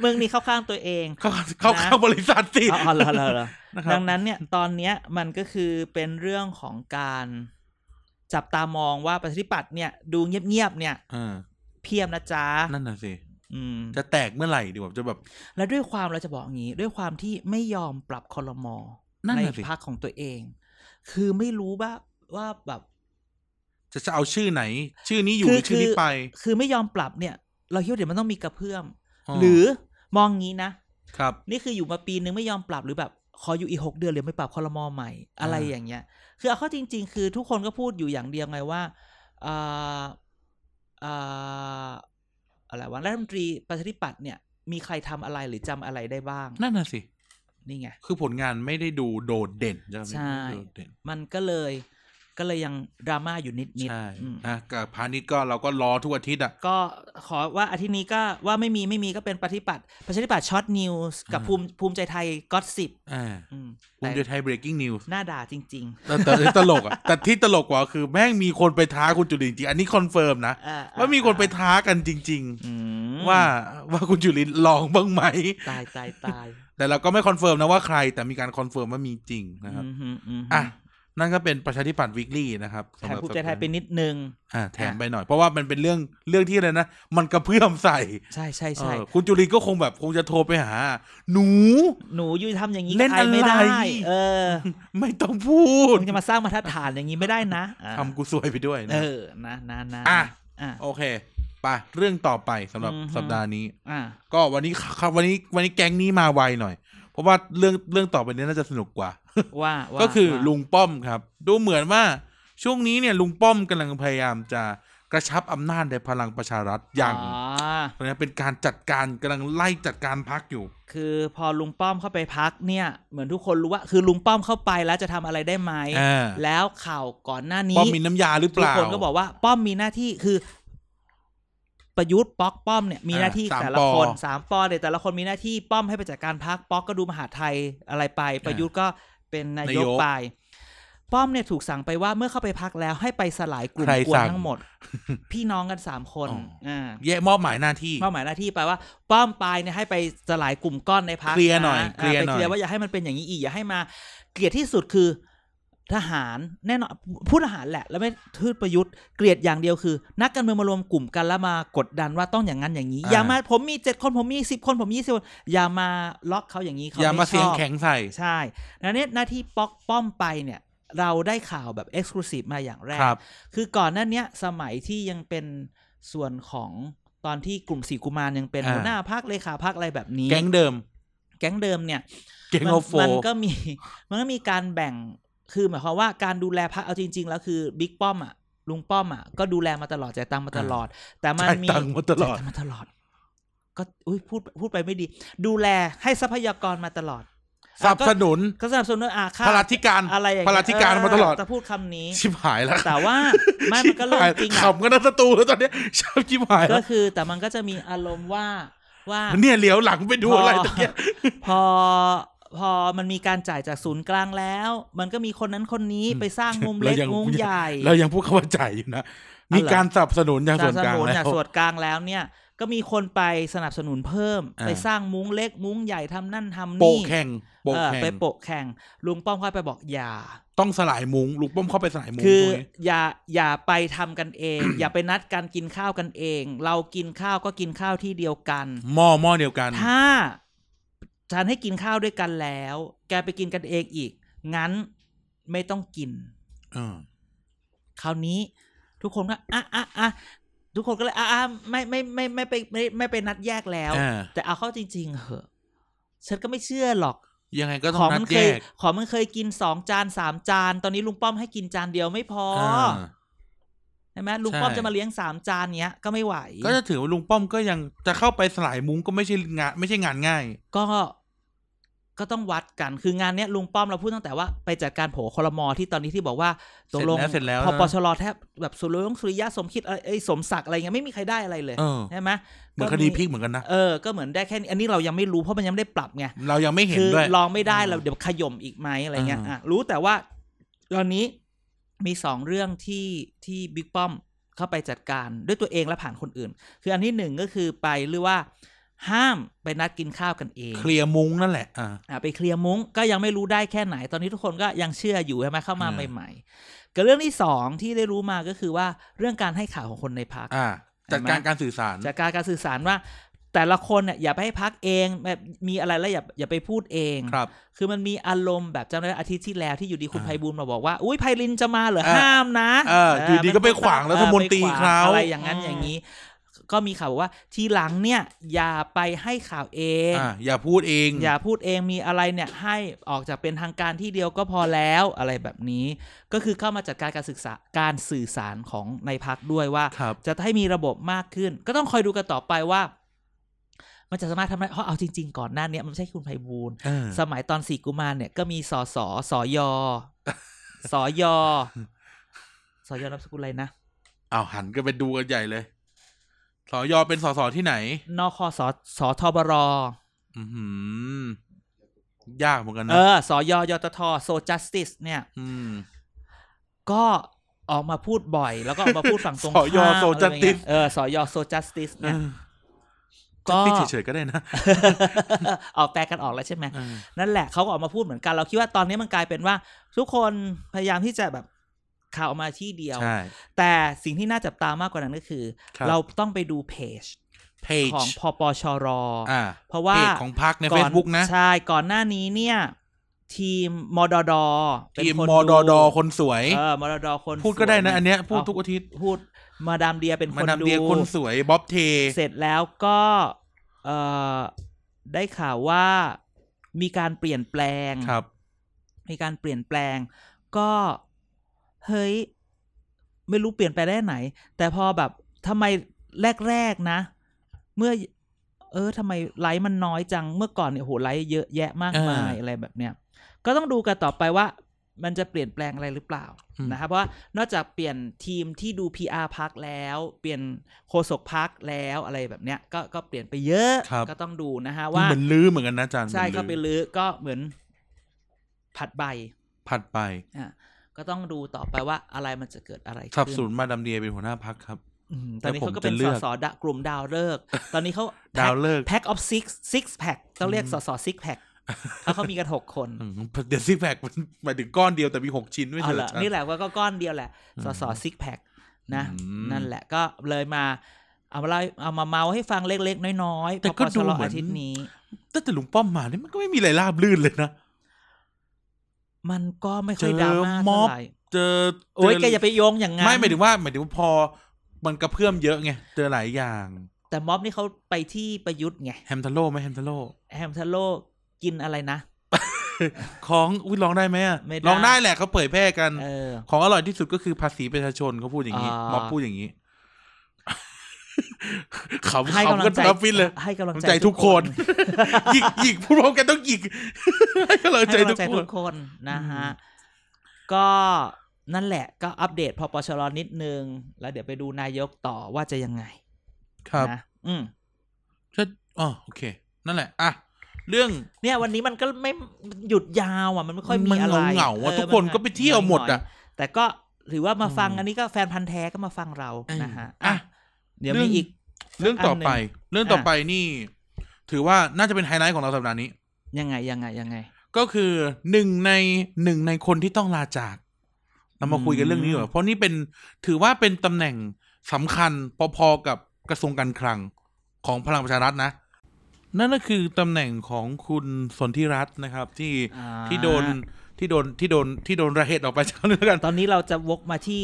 เมืองนี้เข้าข้างตัวเอง
เข้าเข้า
นะ
เข้าบริษัทสิ
อ๋ออ๋อเหรอเหรอเหรอ
นะครับ
ดังนั้นเนี่ยตอนเนี้ยมันก็คือเป็นเรื่องของการจับตามองว่าประชาธิปัตย์เนี่ยดูเงียบๆเนี่ย
อ่า
เพียบนะจ๊ะ
นั่นน่ะสิ
อืม
จะแตกเมื่อไหร่ดีกว่าจะแบบ
และด้วยความเราจะบอกอย่างงี้ ด้วยความที่ไม่ยอมปรับคอรมอ
นั่น
ใน
น่ะสิ
พักของตัวเอง คือไม่รู้ว่าว่าแบบ
จะจะเอาชื่อไหน ชื่อนี้อยู่หรือชื่อนี้ไป
คือไม่ยอมปรับเนี่ย เราคิดว่าเดี๋ยวมันต้องมีกระเพื่อม
อ๋อ
หรือมองงี้นะ
ครับ
นี่คืออยู่มาปีนึงไม่ยอมปรับหรือแบบขออยู่อีกหกเดือนหรือไม่ปรับคอรมอใหม่ อะไร
อ่า
อย่างเงี้ย คือเอาเข้อจริง ๆ คือทุกคนก็พูดอยู่อย่างเดียวไงว่าเอ่อเอ่ออะไรวะรัฐมนตรีประชาธิปัตย์เนี่ย มีใครทำอะไรหรือจำอะไรได้บ้าง
นั่นน่ะสิ
นี่ไง
คือผลงานไม่ได้ดูโดดเด่นใช่ไหม
ใช่
ไม่ได้โดดเด่น
มันก็เลยก็เลยยังดราม่าอยู่นิดๆ
ใช่
อืม
นะกับพาณิชย์ก็เราก็รอทุกอาทิตย์อ่ะ
ก็ขอว่าอาทิตย์นี้ก็ว่าไม่มีไม่มีก็เป็นปฏิปัติประชาธิปัตย์ช็อตนิวส์กับ
อ่า
ภูมิภูมิใจไทยก็อตสิบ
อ่าภู
แต่
มิใจไทย breaking news
หน้าด่าจริง
แต่แต่ตลกอ่ะ แต่ที่ตลกกว่าคือแม่งมีคนไปท้าคุณจุลินจริงอันนี้คอนเฟิร์มนะ
ๆอ่
ว่ามีคนไปท้ากันจริง
อืม
ๆ ว่าว่าคุณจุลินลองบ้างไหม
ตายตายตาย
แต่เราก็ไม่คอนเฟิร์มนะว่าใคร แต่มีการคอนเฟิร์มว่ามีจริงนะครับ
อืมฮึอืมฮึ
อ่ะ นั่นก็เป็นประชาธิปัตย์วิกฤตนะครับ
แถมภูมิใจไทยไปนิดนึง
อ่ะแถม
อ่ะ
ไปหน่อย เพราะว่ามันเป็นเรื่องเรื่องที่อะไรนะ มันกระเพื่อมใส่
ใช่ใช่ใช่
เออคุณจุลินก็คงแบบคงจะโทรไปหา หนู
หนูอยูทำอย่างนี้
เล่น
กับไม่ได้
อะไร
เออ
ไม่ต้องพูด
มึงจะมาสร้างมาตรฐานอย่างนี้ไม่ได้นะอ่ะ
ทำกูซวยไปด้วยนะ
เออนะนะนะ
อ่ะ
อ่ะ
โอเคไปเรื่องต่อไปสำหรับ
อือฮึ
สัปดาห์นี้
อ่ะ
ก็วันนี้ ครับวันนี้วันนี้แก๊งนี้มาไวหน่อย เพราะว่าเรื่องเรื่องต่อไปนี้น่าจะสนุกกว่า
ว่าว่า
ก็คือ
ว่า
ลุงป้อมครับ ดูเหมือนว่าช่วงนี้เนี่ยลุงป้อมกำลังพยายามจะกระชับอำนาจในพลังประชารัฐอย่าง
อ๋อ
เพราะฉะนั้นเป็นการจัดการกำลังไล่จัดการพักอยู่
คือพอลุงป้อมเข้าไปพักเนี่ย เหมือนทุกคนรู้ว่า คือลุงป้อมเข้าไปแล้วจะทำอะไรได้ไหม
อ่า
แล้วข่าวก่อนหน้า
ป้
นี้
อมมีน้ำยาหรือเป
ทุก
ล่า
คนก็บอกว่า ป้อมมีหน้าที่คือ ประยุทธ์ป๊อกป้อมเนี่ยมีหน้าที่
อ่าสาม
แต่ละคน
ปอ
สามปอเนี่ยแต่ละคนมีหน้าที่ป้อมให้ไปจัดการพักป๊อกก็ดูมหาไทยอะไรไป ประยุทธ์ก็เป็นนาย
นาย
ก
ก
ไป ป้อมเนี่ยถูกสั่งไปว่าเมื่อเข้าไปพักแล้วให้ไปสลายกลุ่ม
ใคร
กวน
สั่ง
ทั้งหมด พี่น้องกันสามคน
อ๋อ
อ่า
แยกมอบหมายหน้าที่
เป้าหมายหน้าที่ไปว่า ป้อมปลายเนี่ยให้ไปสลายกลุ่มก้อนในพัก
เคลียร์หน่อย
ะ
เคลีย
า
ร์
ไป
หน่อย
เคลียร์ว่าอย่าให้มันเป็นอย่างนี้อีกอย่าให้มา เกลียดที่สุดคือทหารแน่นอนพูดทหารแหละ แล้วไม่ทูตประยุทธ์เกลียดอย่างเดียวคือ นักการเมืองมารวมกลุ่มกันแล้วมากดดันว่าต้องอย่างนั้นอย่างนี้ อย่ามาผมมีเจ็ดคนผมมีสิบคนผมมีสิบคนอย่ามาล็อกเขาอย่างนี้เขา
อย่ามา
ไช
เสียง
อบ
แข็งใส่
ใช่แล้วเนี่ยหน้าที่ป๊อกป้อมไปเนี่ย เราได้ข่าวแบบเอ็กซ์คลูซีฟมาอย่างแรก
ครับ
คือก่อนหน้าเนี้ยสมัยที่ยังเป็นส่วนของตอนที่กลุ่มสีกุมารยังเป็น
อ่า
หัวหน้าพักเลขาพักอะไรแบบนี้
แก๊งเดิม
แก๊งเดิมเนี่ย
แก๊ง
มั
ออฟโฟ
มันก็มี มันก็มีการแบ่งคือหมายความว่าการดูแลพักเอาจริง ๆ แล้วคือบิ๊กป้อมอ่ะลุงป้อมอ่ะก็ดูแลมาตลอดจ่ายตังค์มาตลอด แต่มัน
จ่าย
มี
ตังค์มาตลอด
จ่ายตังค์มาตลอด ก็อุ้ยพูดพูดไปไม่ดี ดูแลให้ทรัพยากรมาตลอด
สนับสนุน
ก็สนับสนุนอาค่า
พลาธิการ
อะไรอย่าง
พ
เงี้ย
ลาธิการมาตลอด
เจะพูดคำนี้
ชิบหายแล้ว
แต่ว่าไม่มันก็เรื่องจริง
ชิบ
อะ
หายขำกันทั้งสตูแล้วตอนเนี้ยชอบชิบหายแล้
ก็
ว
คือ แต่มันก็จะมีอารมณ์ว่าว่า
เนี่ยเหลียวหลังไปดูอะไรตะเกีย
พอพอมันมีการจ่ายจากศูนย์กลางแล้ว มันก็มีคนนั้นคนนี้
อืม
ไปสร้างมุมเล็กมุมใหญ่
เรายังพูดคำว่าจ่ายอยู่นะ มีการสนับสนุนจาก
ส
ส่
นั
ว
บ
น
ส
กลาง
นุน
แล้
จาก
ว
ส่วนกลางแล้วเนี่ย ก็มีคนไปสนับสนุนเพิ่ม
อ่า
ไปสร้างมุ้งเล็กมุ้งใหญ่ทำนั่นทำ
โปะ
นี่
แข่งโปะ
เออ
แข่ง
ไปโปะแข่งลุงป้อมค่อยไปบอกอย่า
ต้องสลายมุงลูกป้อมเข้าไปสลายมุง
คือ
ตรงนี้
อย่าอย่าไปทำกันเอง อย่าไปนัดกันกินข้าวกันเอง เรากินข้าวก็กินข้าวที่เดียวกัน
หม้อหม้อเดียวกัน
ถ้าฉันให้กินข้าวด้วยกันแล้ว แกไปกินกันเองอีก งั้นไม่ต้องกิน
เออ
คราวนี้ ทุกคนก็อ่ะอ่ะอ่ะทุกคนก็เลยอ่ะอ่ะไม่ไม่ไม่ไม่ไปไม่ไม่ไปนัดแยกแล้ว
อ่า
แต่เอาเข้าจริง ๆ เหอะ ฉันก็ไม่เชื่อหรอก
ยังไงก็ต้
ขอ
อ
ง ง
นั
มัน
ดแย
เคย
ก
ของมันเคยกินสองจานสามจาน ตอนนี้ลุงป้อมให้กินจานเดียวไม่พออา ใช่ไหมลุงป้อม
ใช่
จะมาเลี้ยงสามจานเนี้ยก็ไม่ไหว
ก็จะถือว่าลุงป้อมก็ยังจะเข้าไปสลายมุ้งก็ไม่ใช่งานไม่ใช่งานง่าย
ก็ก็ต้องวัดกันคืองานเนี้ยลุงป้อมเราพูดตั้งแต่ว่าไปจัดการโผล่คลมอที่ตอนนี้ที่บอกว่าตกลง
เสร็จแล้วเส
พ
ร็จแล้ว
อ
นะ
ปชรแทบแบบสุริยงสุริยะสมคิดอะไรเอ้ยสมศักดิ์อะไรเงี้ยไม่มีใครได้อะไรเลย
เออ
ใช่ไหม
เหมือนคดีพลิกเหมือนกันนะ
เออก็เหมือนได้แค่นี้อันนี้เรายังไม่รู้เพราะมันยังไม่ได้ปรับไง
เรายังไม่เห็น
คือ
ด้วย
ลองไม่ได้เราเดี๋ยวขย่มอีกไหมอะไรเงี้ย
อ่า
อ่ะรู้แต่ว่า ตอนนี้มีสองเรื่องที่ที่บิ๊กป้อมเข้าไปจัดการด้วยตัวเองและผ่านคนอื่น คืออันที่หนึ่งก็คือไปหรือว่า ห้ามไปนัดกินข้าวกันเอง
เคลียร์มุ้งนั่นแหละ อ่า
อ่ะไปเคลียร์มุ้งก็ยังไม่รู้ได้แค่ไหน ตอนนี้ทุกคนก็ยังเชื่ออยู่ใช่ไหมเข้ามา
อ่า
ใหม่ๆกับเรื่องที่สองที่ได้รู้มาก็คือว่าเรื่องการให้ข่าวของคนในพัก
อ่า
เห็นไหม
จัดการการสื่อสาร
จากการการสื่อสารว่า แต่ละคนเนี่ยอย่าไปให้พักเองแบบมีอะไรแล้วอย่าอย่าไปพูดเอง
ครับ
คือมันมีอารมณ์แบบจำได้อาทิตย์ที่แล้วที่อยู่ดีคุณ
อ่า
ไพบูลย์มาบอกว่าอุ้ยไพลินจะมาเหรอ
อ่า
ห้ามนะ
เอออยู่ดีก็ไปขวางรัฐมนตรี
ออไปขวง
เขา
อะไรอย่างนั้น
อืม
อย่างนี้ ก็มีข่าวบอกว่าทีหลังเนี่ย อย่าไปให้ข่าวเอง
อ่า อย่าพูดเอง
อย่าพูดเองมีอะไรเนี่ยให้ออกจากเป็นทางการที่เดียวก็พอแล้วอะไรแบบนี้ ก็คือเข้ามาจัดการการศึกษาการสื่อสารของในพักด้วยว่า
ครับ
จะให้มีระบบมากขึ้น ก็ต้องคอยดูกันต่อไปว่า มันจะสามารถทำได้เพราะเอาจริง ๆ ก่อนหน้าเนี้ยมันไม่ใช่คุณไพบูลย์
เออ
สมัยตอนสี่กุมารเนี่ยก็มีสอสอสอยอส อยอสอยอนามสกุลอะไรนะ
เอาหันกันไปดูกันใหญ่เลย สอยอเป็นสสที่ไหน
นคสสทบร
อือหือยากเหมือนกันนะ
เออสอยอยตทโซจัสติสเนี่ย
อืม
ก็ออกมาพูดบ่อย แล้วก็ออกมาพูดฝั่งตรง
ส
ข้าม
อยโซจัสติส
อะไรเงี้ยเออสอยโซจัสติสเนี่ย
ก็
ก็
เฉยๆก็ได้นะ
เอาแปลกันออกแล้วใช่ไหม
เออ
นั่นแหละเขาก็ออกมาพูดเหมือนกัน เราคิดว่าตอนนี้มันกลายเป็นว่า ทุกคนพยายามที่จะแบบข่าวออกมาที่เดียว
ใช่
แต่สิ่งที่น่าจับตามากกว่านั้นก็คือ
ครับ
เราต้องไปดูเพจ
เพจ
ของพปชร
อ่า
เพราะว่า
พจของพักใน
ก่อ
Facebook นะ
ใช่ก่อนหน้านี้เนี่ย ทีมมดดเป็น
ทีม
คน
มดดคนสวย
เออมดดคน
พูดก็ได้
ส
นะ
วย
อันเนี้ยพูด
เอา
ทุกอาทิตย์
พูดมาดามเดียเป็นค
มาน ดาม
ดู
เดียคนสวยบ๊อบเท
เสร็จแล้วก็เอ่อได้ข่าวว่ามีการเปลี่ยนแปลง
ครับ
มีการเปลี่ยนแปลง ก็เฮ้ยไม่รู้เปลี่ยนไปได้ไหน แต่พอแบบทำไมแรกๆนะ เมื่อ เออทำไมไลค์มันน้อยจังเมื่อก่อนเนี่ยโหไลค์เยอะแยะมากมาย
อ่า
อะไรแบบเนี้ยก็ต้องดูกันต่อไปว่ามันจะเปลี่ยนแปลงอะไรหรือเปล่า
อืม
นะครับเพราะว่านอกจากเปลี่ยนทีมที่ดู PR พักแล้ว เปลี่ยนโฆษกพักแล้วอะไรแบบเนี้ยก็ก็เปลี่ยนไปเยอะ
ครับ
ก็ต้องดูนะฮะว่า
ว่าเหมือนลื้อเหมือนกันนะอาจารย์
ใช่
หมือน
เข้าไป
ลื้อ
ลื้อก็เหมือนผัดใบ
ผัดไป
อ่ะ ก็ต้องดูต่อไปว่าอะไรมันจะเกิดอะไร
สนับ
ขึ้
สนุนมาดามเดียเป็นหัวหน้าพักครับ
อืมตอนนี้เขาก็เป็น
แล้วผมจะเลื
ส
อก
สดะกลุ่มดาวเลิกษ์ตอนนี้เขา
ดาวเลิกษ์
แพ็กออฟซิกซิกแพ็กต้องเรียก
อืม
สสซิกแพ็ กเขาเขามีกันหกคน
อืมเดี๋ยวซิกแพค มันหมายถึงก้อนเดียวแต่มีหกชิ้นด้วย
เอา
เถ
ล่ะ
อะ
นี่แหละว่าก็ก้อนเดียวแหละสสซิกแพ็กนะ
อืม
นั่นแหละก็เลยมา เอามาเล่าเอามาเมาให้ฟังเล็กๆ น้อยๆ
แต่
พ
ก็
อๆ
ดู
สำหรับ
เหมือน
อาทิตย์นี้
ตั้งแต่ลุงป้อมมาเนี่ยมันก็ไม่มีอะไรราบรื่นเลยนะ
มันก็ไม่ค่อย
เจอ
ดราม่า
ม็
เท่า
อบ
ไหร่
เจอ
โอ้ย
เจ
แกอย่าไปโยงอย่างงั้น
ไม่หมายถึงว่าหมายถึงว่าพอมันกระเพื่อมเยอะไงเจอหลายอย่าง
แต่ม็อบนี่เขาไปที่ประยุทธ์ไง
แฮมทาโร่ไหมแฮมทาโร่
แฮมทาโลกินอะไรนะ
ของอุ้ยร้องได้ไหมอะ
ไม่ได้
ร้องได้แหละเขาเผยแพร่กัน
เออ
ของอร่อยที่สุดก็คือภาษีประชาชนเขาพูดอย่างนี้
อ่า
ม็อบพูดอย่างนี้ ขำ
ให้กำลั
ขำกั
ง
น
ใจ
ทับฟินเลย
ให้กำลัง
กำลัง
ใจ
ใจทุกคนหยิกหยิกพูดพร้อมกันต้องหยิก ให้กำลัง
ให้
ใจ
กำลั
ทุก
งใจ
ค
ทุ
น
กคนนะฮะ
อืม
ก็นั่นแหละก็อัปเดตพอปชรนิดนึง แล้วเดี๋ยวไปดูนายกต่อว่าจะยังไง
ครับ
นะอืม
ก็อ๋อโอเค นั่นแหละ อ่ะ เรื่อง
เนี่ยวันนี้มันก็ไม่หยุดยาวอ่ะมันไม่ค่อยมี
น
อะไร
เหงาๆอ่ะ
ออ
ทุกคน
มั
ก็ไปเที่ยวหมดอ่ะ
ๆแต่ก็หรือว่ามาฟัง
อืม
อันนี้ก็แฟนพันธ์แท้ก็มาฟังเรา
อืม
นะฮะ
อ่ะ
อ่ะเดี๋ยวมีอีก
เรื่องต่อไป เรื่องต่อไปนี่ ถือว่าน่าจะเป็นไฮไลท์ของเราสัปดาห์นี้
ยังไงยังไงยังไง
ก็คือหนึ่งในหนึ่งในคนที่ต้องลาจาก เรามาคุยกันเรื่องนี้ดีกว่าเพราะนี่เป็นถือว่าเป็นตำแหน่งสำคัญพอๆกับกระทรวงการคลังของพลังประชารัฐนะ นั่นก็คือตำแหน่งของคุณสนธิรัตน์นะครับ ที่
อ่า
ที่โดนที่โดนที่โดนที่โดนระเหตุออกไปจากเรื่องกัน
ตอนนี้เราจะวกมาที่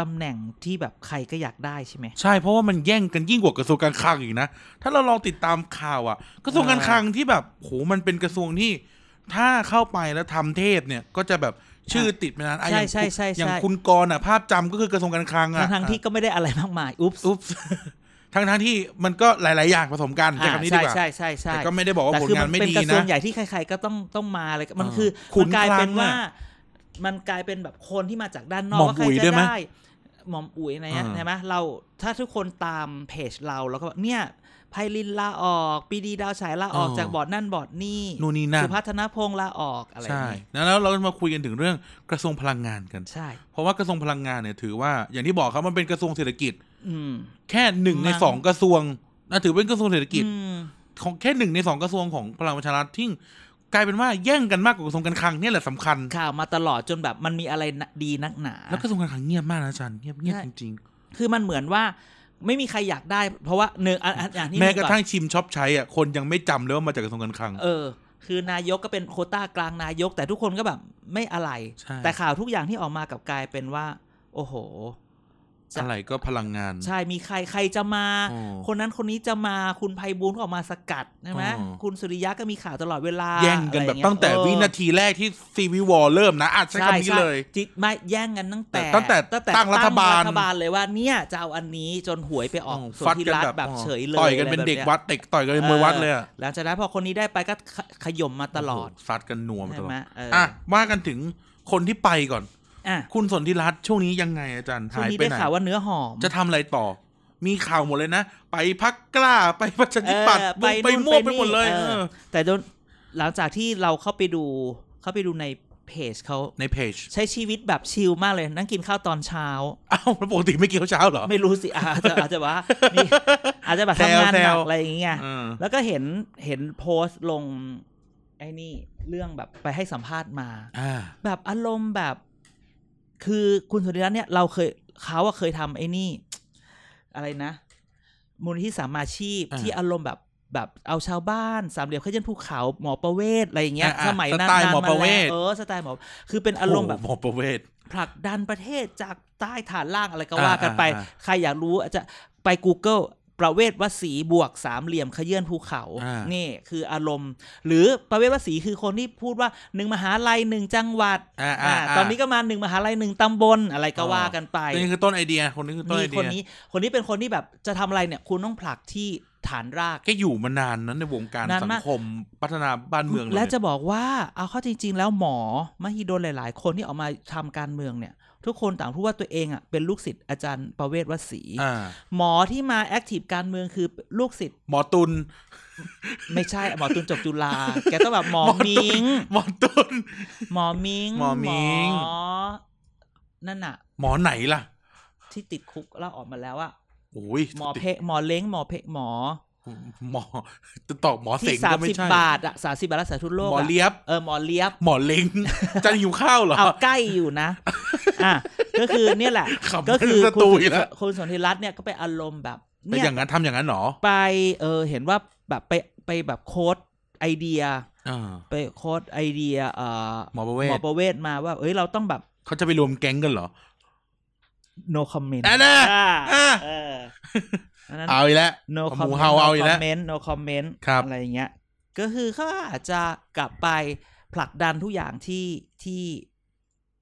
ตำแหน่งที่แบบใครก็อยากได้ใช่ไหม
ใช่เพราะว่ามันแย่งกันยิ่งกว่ากระทรวงการคลังอีกนะ ถ้าเราลองติดตามข่าวอ่ะ กระทรวงการคลังที่แบบโหมันเป็นกระทรวงที่ถ้าเข้าไปแล้วทำเทพเนี่ย ก็จะแบบชื่อติดมานานอ่ะอย่าง
ใช่ใช่ใช่
อย่างคุณกรณ์อ่ะภาพจำก็คือกระทรวงการคลังอ่ะ
ทั้งทั้งๆที่ก็ไม่ได้อะไรมากมายอุ๊บ
อุ๊บ ทั้งทั้งๆที่มันก็หลาย ๆ อย่างผสมกันใช้คำนี้ดีกว่า
ใช่ใช่ใช่
แต่
ใช่
ก็ไม่ได้บอกว่าผล
คื
งานไม่
เป็น
ดี
กระทรว
นะ
งใหญ่ที่ใครๆก็ต้องต้องมาเลยมัน
เออ
คือ
ขุ
มัน นกลายเป็น
คลัง
ว่า
น่ะ
มันกลายเป็นแบบคนที่มาจากด้านนอก
หม่อม
ว่าใคร
อุ๋ยด้
จะ
วยไหม
ได้หม่อมอุ๋ยนะฮะ
อ่า
ใช่ไหมเราถ้าทุกคนตามเพจเราแล้วก็บอกเนี่ยไพลินลาออกปีดีดาวฉายลาออกจากบอร์ดนั่นบอร์ดนี่
นู่นนี่นั่น
สุพัฒนพงษ์ลาออกอะไรอ
ใช่
ย่างงี้
แล้วเราจะมาคุยกันถึงเรื่องกระทรวงพลังงานกัน
ใช่
เพราะว่ากระทรวงพลังงานเนี่ยถือว่าอย่างที่บอกครับมันเป็นกระทรวงเศรษฐกิจ
อืม
แค่หนึ่งใน
มั้ง
สองกระทรวงนะถือเป็นกระทรวงเศรษฐกิจ
อืม
ของแค่หนึ่งในสองกระทรวงของพลังประชารัฐที่กลายเป็นว่าแย่งกันมากกว่ากระทรวงการคลังเนี่ยแหละสำคัญ
ข่าวมาตลอดจนแบบมันมีอะไรนะดีนักหนา
แล้วกระทรวงการคลังเงียบมากนะอาจารย์เงียบเงียบ
ใช่
จริง
คือมันเหมือนว่าไม่มีใครอยากได้ เพราะว่าหนึ่งอันอันอันที่
ๆแม้
หนึ่
กระ
อน
ทั่งชิมช็อปใช้อ่ะคนยังไม่จำเลยว่ามาจากกระทรวงการคลัง
เออ คือนายกก็เป็นโควต้ากลางนายก แต่ทุกคนก็แบบไม่อะไร
ใช่
แต่ข่าวทุกอย่างที่ออกมากลับกลายเป็นว่า โอ้โห จะ
อะไรก็พลังงาน
ใช่มีใครใครจะมา
อ๋อ
คนนั้นคนนี้จะมาคุณภัยบูลย์ก็ออกมาสกัดใช่ไหม
อ๋อ
คุณสุริยะก็มีข่าวตลอดเวลา
แย่งกันแบบตั้งแต่
อะไร
วิ
เย
นาทีแรกที่ซีวิวอลเริ่มนะอาจใช้
ใช่
คำนี้
ใช่
เลย
จิตไม่แย่งกันตั้งแต่
ตั้งแต่ตั้งรัฐบาล
รัฐบาลเลยว่าเนี่ยจะเอาอันนี้จนหวยไปออกส่วน
ฟัด
ที่
กัน
รัฐ
แบบ
แบบเฉยเลย
ต่อยกัน
อะไร
เป็น
แบบ
เด็ก
ย
วัดเด็กต่อยกันเป็นมวยวัดเลยอะ
หลังจากนั้นพอคนนี้ได้ไปก็ขขย่มมาตลอด
โโหซัดกันนัวมาต
ใช่
ลอด
ไหมเออ
อ่ะ
อ่ะ
ว่ากันถึงคนที่ไปก่อน
อ่ะ
คุณสนธิรัตน์ช่วงนี้ยังไงอาจารย์
ช่วง
หาย
นี้
ไป
ได้
ไหน
ข่าวว่าเนื้อหอม
จะทำอะไรต่อ มีข่าวหมดเลยนะ ไปพักกล้าไปประชา
เอ
ธิ
อ
ปัตย์บุกไป
นู่น
มั่วไปหมดเลย
นี่ออ
เออ
แต่จนหลังจากที่เราเข้าไปดูเข้าไปดูในเพจเขา
ในเพจ
ใช้ชีวิตแบบชิลมากเลย นั่งกินข้าวตอนเช้า
อ้าวแล้วปกติไม่กินข้าวเช้าเหรอ
ไม่รู้สิอาจจะอาจจะว่านี่อาจจะแบบ
แซว
ทำงานหนั
แซว
กอะไรอย่างเงี้ย
เออ
แล้วก็เห็นเห็นโพสต์ลง ไอ้นี่เรื่องแบบไปให้สัมภาษณ์มา
อ่า
แบบอารมณ์แบบ คือคุณสุริยัตน์เนี่ยเราเคยเขาอะเคยทำไอ้นี่ อะไรนะ มูลนิธิสามาชีพ ที่อารมณ์แบบแบบเอาชาวบ้านสามเหลี่ยมขยันภูเขาหมอประเวศอะไรอย่างเงี้ย
อ่ะอ่ะ
สมัย
ส
นั้น
ไตล์
นาน
หมอ
มา
ประเว
แล้ว
ศ
เออสไตล์หมอคือเป็นอารมณ์แบบ
โโหหมอประเวศ
ผลักดันประเทศจากใต้ฐานล่างอะไรก็ว่ากันไป
อ่ะอ่ะอ่ะ
ใครอยากรู้อาจจะไป Google ประเวศวสีบวกสามเหลี่ยมขยื่นภูเขา
อ่ะ
นี่คืออารมณ์ หรือประเวศวสีคือคนที่พูดว่าหนึ่งมหาลัยหนึ่งจังหวัด
อ่า
อ่า
อ่าา
ตอนนี้ก็มาหนึ่งมหาลัยหนึ่งตำบลอะไรก็
อ๋อ
ว่ากันไป
นี่คือต้นไอเดีย คนนี้คือต้นไอ
นี่
เดี
ค
ย
นนี้ คนนี้เป็นคนที่แบบจะทำอะไรเนี่ย คุณต้องผลักที่ฐานราก
ก็อยู่มานานนั้นในวงการ
นาน
สั
มาง ก
คมพัฒนาบ้านเมืองเรา
และ
เนี่ย
จะบอกว่า เอาเข้าจริง ๆ แล้วหมอมหิดลหลาย ๆ คนที่ออกมาทำการเมืองเนี่ย ทุกคนต่างพูดว่าตัวเองอ่ะเป็นลูกศิษย์อาจารย์ประเวศวสี
อ่า
หมอที่มาแอคทีฟการเมืองคือลูกศิษย์
หมอตุน
ไม่ใช่หมอตุนจบจุ ฬาแกต้องแบบหมอ
หมอตุล
มิง
หมอตุน
หมอมิง
หมอมิ้ง
หมอนั่นน่ะ
หมอไหนล่ะ
ที่ติดคุกแล้วออกมาแล้วอะ
โอ้ย
หมอเพหมอเล้งหมอเพหมอ
หมอจะตอบหมอเส
ที่
ง
สา
ก็
ม
ไม่
สิบ
ใช่
บาทอะสามสิบบาทรักษาทุกโรค
หมอ
อะ
เลียบ
เออหมอเลี้ยบ
หมอเล้ง จะหิวข้าวเหรอ
เอาใกล้อยู่ นะ อ่ะก็คือเนี่ยแหละ
ขำ
ก็คือ
ไม่รู้จะ
คุณ
ตุ
สุ
ยแล้ว
คุณสนธิรัตน์เนี่ยก็ไปอารมณ์แบบ
ไป
เนี่ย
อย่างนั้นทำอย่างนั้นเหรอ
ไปเออเห็นว่าแบบไปไปแบบโค้ดไอเดีย
อ่า
ไปโค้ดไอเดียเอ่อ
หมอประเว
หมอ
ศ
ประเวศมาว่า เอ้ยเราต้องแบบ
เขาจะไปรวมแก๊งกันเหรอ
no comment
อ่ะนะ
อ่า
อ่ะ
เอออันนั้น
เอาอีกแล้ว
no
หมู
comment
เห่า
no
เอาอีกแล้ว
comment no comment
ครับ
อะไรอย่างเงี้ย ก็คือเขาอาจจะกลับไปผลักดันทุกอย่างที่ที่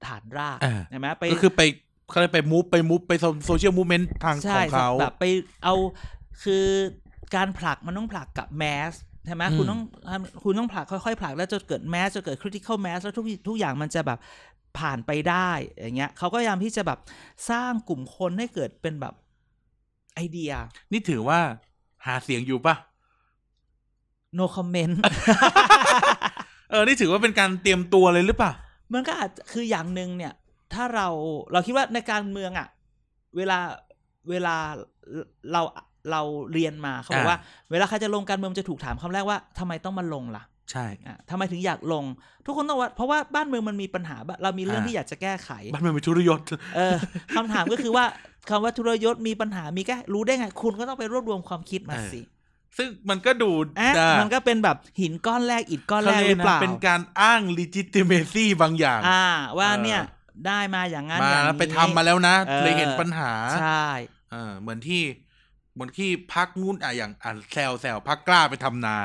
ฐานราก
อ่า
ใช่ไหมไป
ก็คือไปเขาเลยกไปมูฟไปมูฟไปโซเชียลมูฟเมนต์ทางข
ใช่
องเขา
แบบไปเอาคือการผลักมันต้องผลักกับแมสใช่ไหม
อืม
คุณต้องคุณต้องผลักค่อยๆผลักแล้วจนเกิดแมสจนเกิด critical mass แล้วทุกทุกอย่างมันจะแบบผ่านไปได้อย่างเงี้ยเขาก็พยายามที่จะแบบสร้างกลุ่มคนให้เกิดเป็นแบบไอเดีย
นี่ถือว่าหาเสียงอยู่ปะ
no comment
เออ นี่ถือว่าเป็นการเตรียมตัวเลยหรือเปล่า
มันก็อาจคืออย่างหนึ่งเนี่ย ถ้าเราเราคิดว่าในการเมืองอะ่ะ เวลาเวลาเราเราเรียนมาเขาบอก
อ่า
ว่า เวลาใครจะลงการเมืองมันจะถูกถามคำแรกว่าทำไมต้องมาลงล่ะ
ใช่
อ่ะทำไมถึงอยากลง ทุกคนต้องว่าเพราะว่าบ้านเมืองมันมีปัญหาบ้าเรามีเรื่อง
อ่า
ที่อยากจะแก้ไข
บ้านเมืองเป็นชุรยศ
เออคำถามก็คือว่าคำว่าทุรยศมีปัญหามีแก้รู้ได้ไง คุณก็ต้องไปรวบรวมความคิดมา
เออ
สิ
ซึ่งมันก็ดู
อ่ะ
ได้
มันก็เป็นแบบหินก้อนแรกอิฐก้อน
เขา
แรก
เรี
ห
ยก
รือเป
นะ
ล่า
เป็นการอ้าง legitimacy บางอย่าง
อ่า ว่า
เออ
เนี่ยได้มาอย่างนั้น
มา
อย่าง
แล้ว
นี้
ไปทำมาแล้วนะ
เออ
เลยเห็นปัญหา
ใช่
เออเหมือนที่เหมือนที่พักงุ่นอ่ะอย่างอ่ะแซวแซวพักกล้าไปทำนา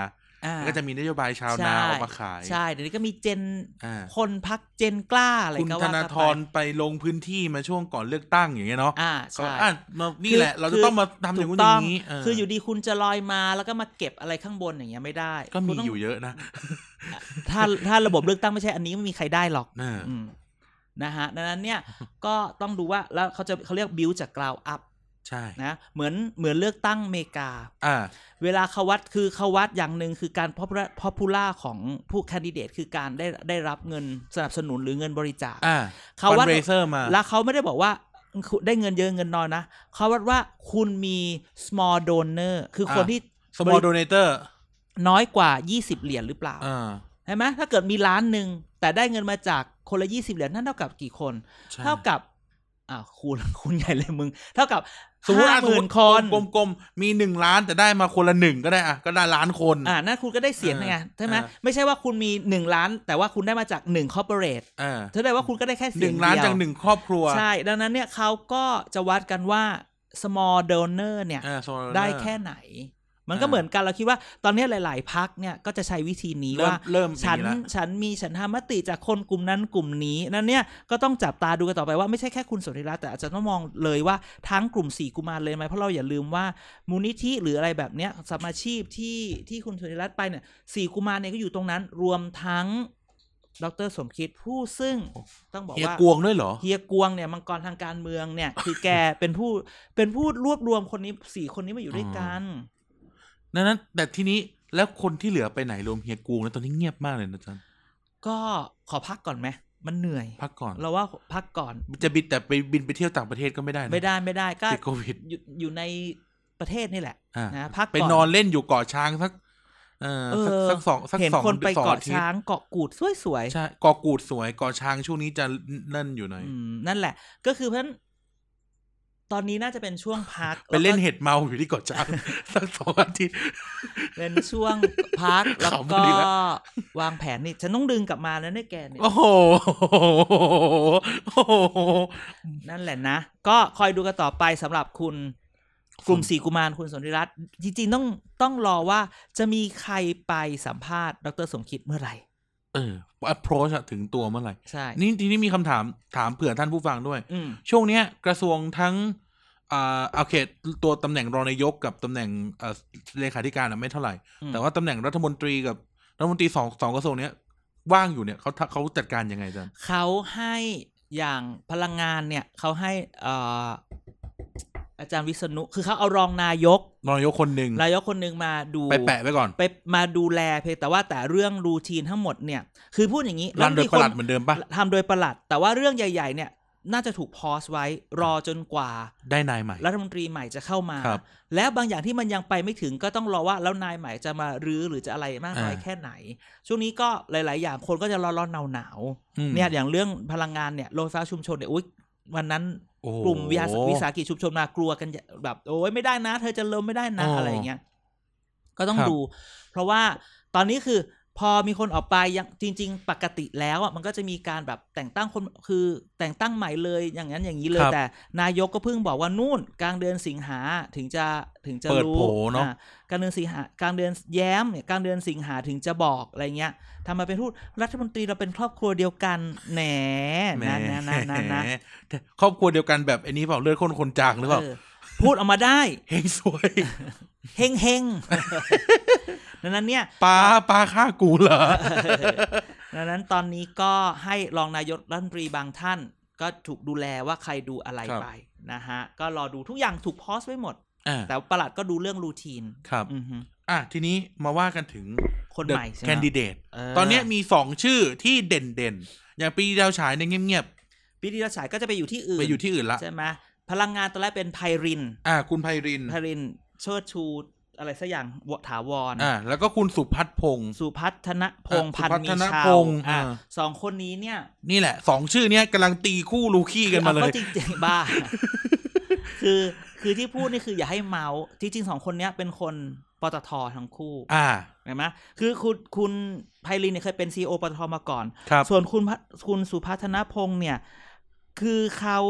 อ่า
ก็จะมีนโยบายชาวนาออกมาขาย
ใช่ เดี๋ยวนี้ก็มีเจน
อ่า
คนพักเจนกล้าอะไร
คุณ
ก็
ธ
ว่า
นา
กัน
ธ
ไป
รไปลงพื้นที่มาช่วงก่อนเลือกตั้งอย่างเงี้ยเนาะ
อ่า
ก็
ใช่
อ่ะมานี่แหละ เราจะต้องมาทำอย่างนู้น
ถู
อก
ต้
ย่างนี้เ
คืออยู่ดีคุณจะลอยมาแล้วก็มาเก็บอะไรข้างบนอย่างเงี้ยไม่ได้
ก็มี
คุณต้ง
อยู่เยอะนะ
ถ้าถ้าระบบเลือกตั้งไม่ใช่อันนี้ไม่มีใครได้หรอก
เอออ
มนะฮะดังนั้น เนี่ย ก็ต้องดูว่าแล้วเขาจะเขาเรียกบิ d จากกราวอัพ
ใช่
นะเหมือนเหมือนเลือกตั้งอเมริกา
อ่า
เวลาเขาวัดคือเขาวัดอย่างหนึ่งคือการพอพูล่าของผู้แคนดิเดตคือการได้ได้รับเงินสนับสนุนหรือเงินบริจาค
อ่า
เขาวัด
เรเซอร์มา
แล้วเขาไม่ได้บอกว่าคุณได้เงินเยอะเงินน้อยนะ เขาวัดว่าคุณมี small donor คือคน
อ่า
ที่
small donator
น้อยกว่า 20 เหรียญหรือเปล่า
อ่า
ใช่ไหมถ้าเกิดมีล้านหนึ่งแต่ได้เงินมาจากคนละ 20 เหรียญนั่นเท่ากับกี่คน
ใช่
เท่ากับอ่าคูณ คูณใหญ่เลยมึง เท่ากับ
สมมติ
ห้า
อ่ะ
ห
สมม
มื่น
ติ
คน
กลมๆกลมๆมีหนึ่งล้านแต่ได้มาคนละหนึ่งก็ได้อ่ะก็ได้ล้านคน
อ่านั่นคุณก็ได้เสียงไง
อ่า
ใช่ไหม
อ่า
ไม่ใช่ว่าคุณมี 1 ล้าน แต่ว่าคุณได้มาจาก1 corporate
อ่า
เท่าได้ว่าคุณก็ได้แค่เสียง
หนึ่งล้าน
เดียว
จากหนึ่งครอบครัว
ใช่ดังนั้นเนี่ยเขาก็จะวัดกันว่า small donor เนี่ย
อ่า small donor
ได้แค่ไหน มันก็
อ่า
เหมือนกันเราคิดว่า ตอนนี้หลาย ๆ พักเนี่ยก็จะใช้วิธีนี้
เริ่ม
ว่า
เริ่มอย่า
ฉั
ง
น
ละ
ฉันมีฉันทามติจากคนกลุ่มนั้นกลุ่มนี้ นั่นเนี่ยก็ต้องจับตาดูกันต่อไปว่าไม่ใช่แค่คุณสุริรัตน์แต่อาจจะต้องมองเลยว่าทั้งกลุ่มสี่กุมารเลยไหมเพราะเราอย่าลืมว่ามูลนิธิหรืออะไรแบบเนี้ยสมาชีพที่ที่คุณสุริรัตน์ไปเนี่ยสี่กุมารเนี่ยก็อยู่ตรงนั้น รวมทั้งดรสมคิดผู้ซึ่ง
โอ้
ต้องบอก
เฮีย
ว่า
กวงด้วยเหรอ
เฮียกวงเนี่ยมังกรทางการเมืองเนี่ย คือแกเป็นผู้เป็นผู้รวบรวมคนนี้สี่คนนี้มาอยู่ด้วยกัน
นั่นนั้นแต่ทีนี้แล้วคนที่เหลือไปไหนรวมเฮียกวงแล้วตอนนี้เงียบมากเลยนะอาจารย์
ก็ขอพักก่อนไหมมันเหนื่อย
พักก่อน
เราว่าพักก่อน
จะบินแต่ไปบินไปเที่ยวต่างประเทศก็ไม่ได้นะ
ไม่ได้ไม่ได้ก็
ติดโควิด
อยู่อยู่ในประเทศนี่แหละ
อ่า
นะพักก่อน
ไปนอนเล่นอยู่เกาะช้างสักเออ
เออ
สักสักสองสัก
เห็น
สอง
คนไป
สอง
เกาะ
อทิตย์
ช้างเกาะกูดสวย
ใช่เกาะกูดสวยเกาะช้างช่วงนี้จะนั่นอยู่หน่อย
ๆอืมนั่นแหละ ก็คือเพราะฉะนั้นตอนนี้น่าจะเป็นช่วงพัก
ไปเล่น
แวก็
เห็ดเมาอยู่ที่เกาะช้าง สักสองอาทิตย์
เป็นช่วงพั ก แล้ว
ขำพ
ก็
อดีแล้ว
วางแผนนี่ฉันต้องดึงกลับมาแล้วเนี่ยแกเนี่ย
โอ้โหโอ้โห
นั่นแหละนะ ก็คอยดูกันต่อไปสำหรับคุณกลุ่มสี่กุมารคุณสนธิรัตน์จริงๆต้องต้องรอว่าจะมีใครไปสัมภาษณ์ดรสมคิดเมื่อไหร่
เออ approach อะถึงตัวเมื่อไหร่
ใช่
นี่ทีนี้มีคำถามถามเผื่อท่านผู้ฟังด้วย
อืม
ช่วงเนี้ยกระทรวงทั้งอ่าโอเคตัวตำแหน่งรองนายกกับตำแหน่งเอ่อเลขาธิการอะไม่เท่าไหร่
อืม
แต่ว่าตำแหน่งรัฐมนตรีกับรัฐมนตรีสองสองกระทรวงเนี้ยว่างอยู่เนี่ยเขาเขาจัดการยังไงอาจัน
เขาให้ อย่างพลังงานเนี่ยเขาให้เอ่ออาจารย์วิษณุคือเขาเอารองนายก
นายกคนหนึ่ง
นายกคนหนึ่งมาดู
ไปแปะไว้ก่อน
ไปมาดูแลเพียงแต่ว่าแต่เรื่องรูทีนทั้งหมดเนี่ย คือพูดอย่างนี้
รันโดย
มี
ประหลัดเหมือนเดิมปะ
ทำโดยประหลัด แต่ว่าเรื่องใหญ่ ๆ เนี่ย น่าจะถูกพอสไว้รอจนกว่า
ได้นายใหม่
รัฐมนตรีใหม่จะเข้ามา
ครับ
แล้วบางอย่างที่มันยังไปไม่ถึงก็ต้องรอว่าแล้วนายใหม่จะมารื้อหรือจะอะไรมากน้อย
อ่า
แค่ไหน ช่วงนี้ก็หลาย ๆ อย่างคนก็จะร้อนๆหนาว
อืม
ๆเนี่ยอย่างเรื่องพลังงานเนี่ยโรงไฟฟ้าชุมชนเนี่ยอุ๊ยวันนั้น
โอ้โห
กลุ่มวิสาวิสาหกิจชุมชนมากลัวกันแบบโอ้ยไม่ได้นะ เธอจะเลิมไม่ได้นะ
อ๋ออ
อะไรอย่างเงี้ยก็ต้อง
ครับ
ดู เพราะว่าตอนนี้คือพอมีคนออกไปยังจริง ๆ ปกติแล้วอ่ะมันก็จะมีการแบบแต่งตั้งคนคือแต่งตั้งใหม่เลยอย่างนั้นอย่างนี้เลย
ครับ
แต่ นายกก็เพิ่งบอกว่านู่นกลางเดือนสิงหาถึงจะถึงจะ
เปิด
รู้
โผเนอะ
อ่กลางเดือนสิงหากลางเดือนแย้มเนี่ยกลางเดือนสิงหาถึงจะบอกอะไรเงี้ยทำมาเป็นทูตรัฐมนตรีเราเป็นครอบครัวเดียวกันแหน
แหม
นะนะนะนะนะ
ครอบครัวเดียวกันแบบไอ้นี้เปล่าเลือดข้นคนจางหรือเปล่า
เออพูดออกมาได้
เฮงสวย
เฮงเฮงๆ ดังนั้นเนี่ย
ปลาปลาฆ่ากูเหรอ
ดังนั้นตอนนี้ก็ให้รองนายกรัฐมนตรีบางท่าน ก็ถูกดูแลว่าใครดูอะไร
ครับ
ไปนะฮะ ก็รอดูทุกอย่างถูกพอสไว้หมด
อ่า
แต่ประหลัดก็ดูเรื่องรูทีน
ครับ
อือฮึ
อ่ะทีนี้มาว่ากันถึง
คนใหม่ใช่ไห
แคน
ม
ดิเดต
เ
ตอนเนี้ยมีสองชื่อที่เด่นเด่นๆอย่างปีดาวฉายเนี่ยเงียบ
ปีที่เราฉายก็จะไปอยู่ที่
ๆ
อื่น
ไปอยู่ที่อื่นละ
ใช่ไหมพลังงานตอนแรกเป็นไพริน
อ่า คุณไพรินทร์
ไพรินเชิดชู อะไรสักอย่างวถาวร
อ่า แล้วก็คุณสุพัฒน์พงศ์
สุพัฒนพงศ์
อ่ะ
พันธ์มี
สุพัฒน
ชา
พ
ว
งศ์
อ่ะ
อ่า
สองคนนี้เนี่ย
นี่แหละสองชื่อเนี้ยกำลังตีคู่ลูคี้กันมาเล
อย จริงๆบ้า คือคือที่พูดนี่คืออย่าให้เมาส์ที่จริงสองคนเนี้ยเป็นคนปตททั้งคู่
อ่า
เห็นไหมคือคุณคุณไพลินเนี่ยเคยเป็นซีอปตทมาก่อน
ครับ
ส่วนคุณพัทคุณสุพัฒนพงษ์เนี่ย คือเขา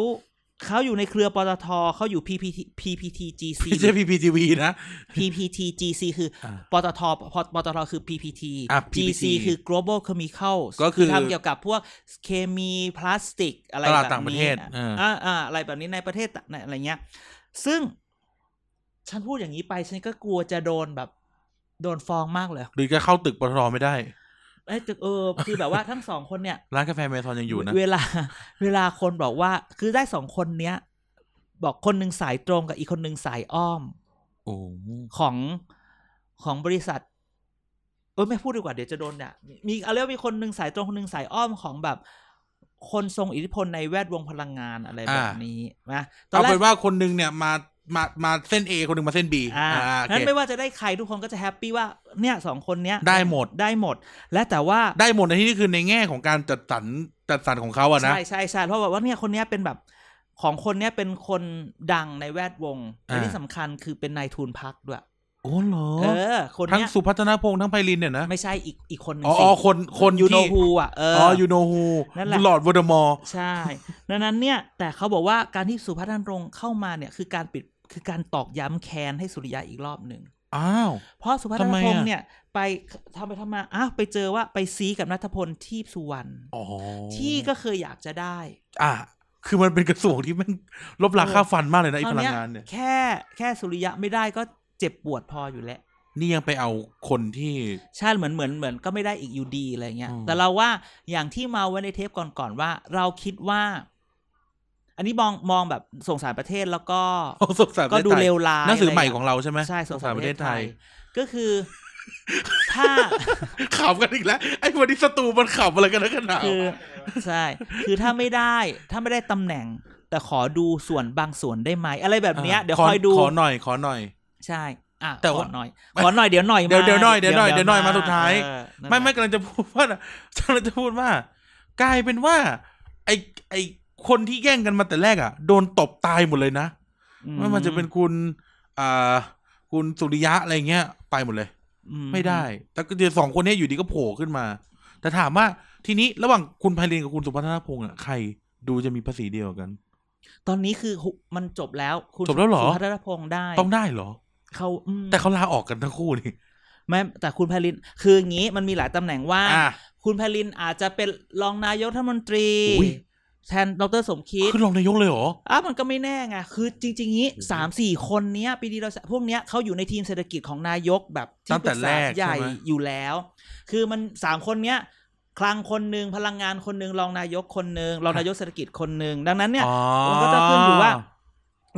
เขาอยู่ในเครือปตทเขาอยู่ PPT PPTGC
ไม่ใช่พีพีทีวีนะ
PPTGC คือ
อ่า
ปตทปปตทคือ PPT
อ่ะ PPT
GC คือ global chemical
ก็คือ
ทำเกี่ยวกับพวกเคมีพลาสติกอะไร
ต
แบบ
ลาด
นี้
ต่างประเทศอ่า
อ่าอ่าอะไรแบบนี้ในประเทศต่างในอะไรเงี้ย ซึ่ง ฉันพูดอย่างนี้ไป ฉันก็กลัวจะโดนแบบ โดนฟ้องมากเลย
หรือจะเข้าตึกปตทไม่ได้
ไอ้ยแต่เออ คือแบบว่าทั้งสองคนเนี่ย
ร้านกาแฟเมซอนยังอยู่นะ
เวลา เวลาคนบอกว่า คือได้สองคนเนี้ย บอกคนหนึ่งสายตรงกับอีกคนหนึ่งสายอ้อม
โอ้
ของของบริษัท เออไม่พูดดีกว่าเดี๋ยวจะโดนเนี่ยมีอะไรว่ามีคนหนึ่งสายตรงคนหนึ่งสายอ้อมของแบบ คนทรงอิทธิพลในแวดวงพลังงานอะไรแบบนี้นะตอน
เอา
แรก
เป็นว่าคนหนึงเนี่ยมามามาเส้น A คนหนึงมาเส้น B
อ่า
โอ
นั้น
เค
ไม่ว่าจะได้ใครทุกคนก็จะแฮปปี้ว่าเนี่ยสองคนเนี้ย
ได้หมด
ได้หมด และแต่ว่า
ได้หมดในที่นี้คือในแง่ของการจัดสรรจัดสรรของเขาอะนะ
ใช่ใช่ใช่เพราะแบบว่าเนี่ยคนเนี้ยเป็นแบบของคนเนี้ยเป็นคนดังในแวดวงและ
อ่า
ที่สำคัญคือเป็นนายทุนพักด้วย
โอ้เหรอ
เออ คน
ทั้ง
เนี้ย
สุพัฒนพงษ์ทั้งไพรินเนี่ยนะ
ไม่ใช่อีกอีกคนหนึ่ง
อ๋อ
สิ
อ๋อคนคน
ยูโน
ที่
ฮูอ่ะเออ
อ๋อ
อ
ยูโนฮู
นั่นแหละ
หลอร์ดวอเดอมอร์
ใช่ ดังนั้นเนี่ย แต่เขาบอกว่าการที่สุพัฒนรงค์เข้ามาเนี่ย คือการปิดคือการตอกย้ำแค้นให้สุริยะอีกรอบหนึ่ง
อ้าว
เพราะสุพัฒน
ทำไม
รงค์
อะ
เนี่ย ไปทำไปทำมาอ้าวไปเจอว่าไปซีกับนัทพลทีพสุวรรณ
อ๋อ
ที่ก็เคยอยากจะได้
อ่ะคือมันเป็นกระทรวงที่แมันลบราค่าฟันมากเลยนะไอ้
ตอ
พ
น
ลัง
เนี้ย
งานเนี่ย
แค่แค่สุริยะไม่ได้ก็เจ็บปวดพออยู่แล้ว
นี่ยังไปเอาคนที่
ใช่เหมือนเหมือนเหมือนก็ไม่ได้อีกอยู่ดีอะไรเงี้ย
อืม
แต่เราว่าอย่างที่มาไว้ในเทปก่อนๆว่า เราคิดว่า อันนี้มองมองแบบสงสารประเทศแล้วก็
เอาสงสาร
ก็ดู
ประทศไทย
เลวร้าย
หนังสือใหม่
ะไรย่าย
ของเราใช่ไหม
ใช่สงสารประเทศไทย
ส
ก็ คือ ถ้า
งสารประเทศไทยขำกันอีกแล้ว ไอ้วันนี้สตูมันขำอะไรกันนะขนาด
คือใช่ คือถ้าไม่ได้ ถ้าไม่ได้ตำแหน่ง แต่ขอดูส่วนบางส่วนได้ไหมอะไรแบบเนี้ยเดี๋ยวคอยดู
ขอหน่อยขอหน่อย
ใช่อ่ะ
แต่
ขอ
ว่า
หน่อยขอหน่อยเดี๋ยวหน่อย
เดี๋ยว
มา
เดี๋ยวหน่อยเดี๋ยวหน่อยเดี๋ยวหน่อยมาสุดท้าย
เออนั่น
ไม่
แหละ
ไม่กำลังจะพูดว่าก ำลังจะพูดว่า กลายเป็นว่า ไอ้ไอ้คนที่แย่งกันมาแต่แรกอ่ะโดนตบตายหมดเลยนะ
อื
ไม่ว่าจะเป็นคุณอ่าคุณสุริยะอะไรเงี้ย ไปหมดเลย
อื
ไม่ได้ แต่ก็เดี๋ยวสองคนเนี้ยอยู่ดีก็โผล่ขึ้นมา แต่ถามว่าทีนี้ระหว่างคุณไพลินกับคุณสุพัฒนพงษ์อ่ะใครดูจะมีภาษีเดียวกัน
ตอนนี้คือหุมันจบแล้วคุณ
จบแล้วเหรอ
สุพัฒนพงษ์ได้
ต้องได้เหรอ
เขาอืม
แต่เขาลาออกกันทั้งคู่นี่
ไม่แต่คุณไพลิน คืออย่างนี้มันมีหลายตำแหน่งว่า
อ่ะ
คุณไพลินอาจจะเป็นรองนายกรัฐมนตรี
อุ๊ย
แทนดรสมคิด
คือรองนายกเลยเหรอ
อ่ะมันก็ไม่แน่ไงคือจริง ๆ นี้
โอ้โห
สามสี่คนเนี้ยปีดีเราพวกเนี้ยเขาอยู่ในทีมเศรษฐกิจของนายกแบบ
ตั้
ที่
ง
ป
แต่
รึกษา
แรกใช่ไหม
ใหญ่อยู่แล้ว คือมันสามคนเนี้ย คลังคนหนึ่งพลังงานคนหนึ่งรองนายกคนหนึ่งรองนายกเศรษฐกิจคนหนึ่งดังนั้นเนี่ย
อ๋อ
มันก็จะขึ้นอยู่ว่า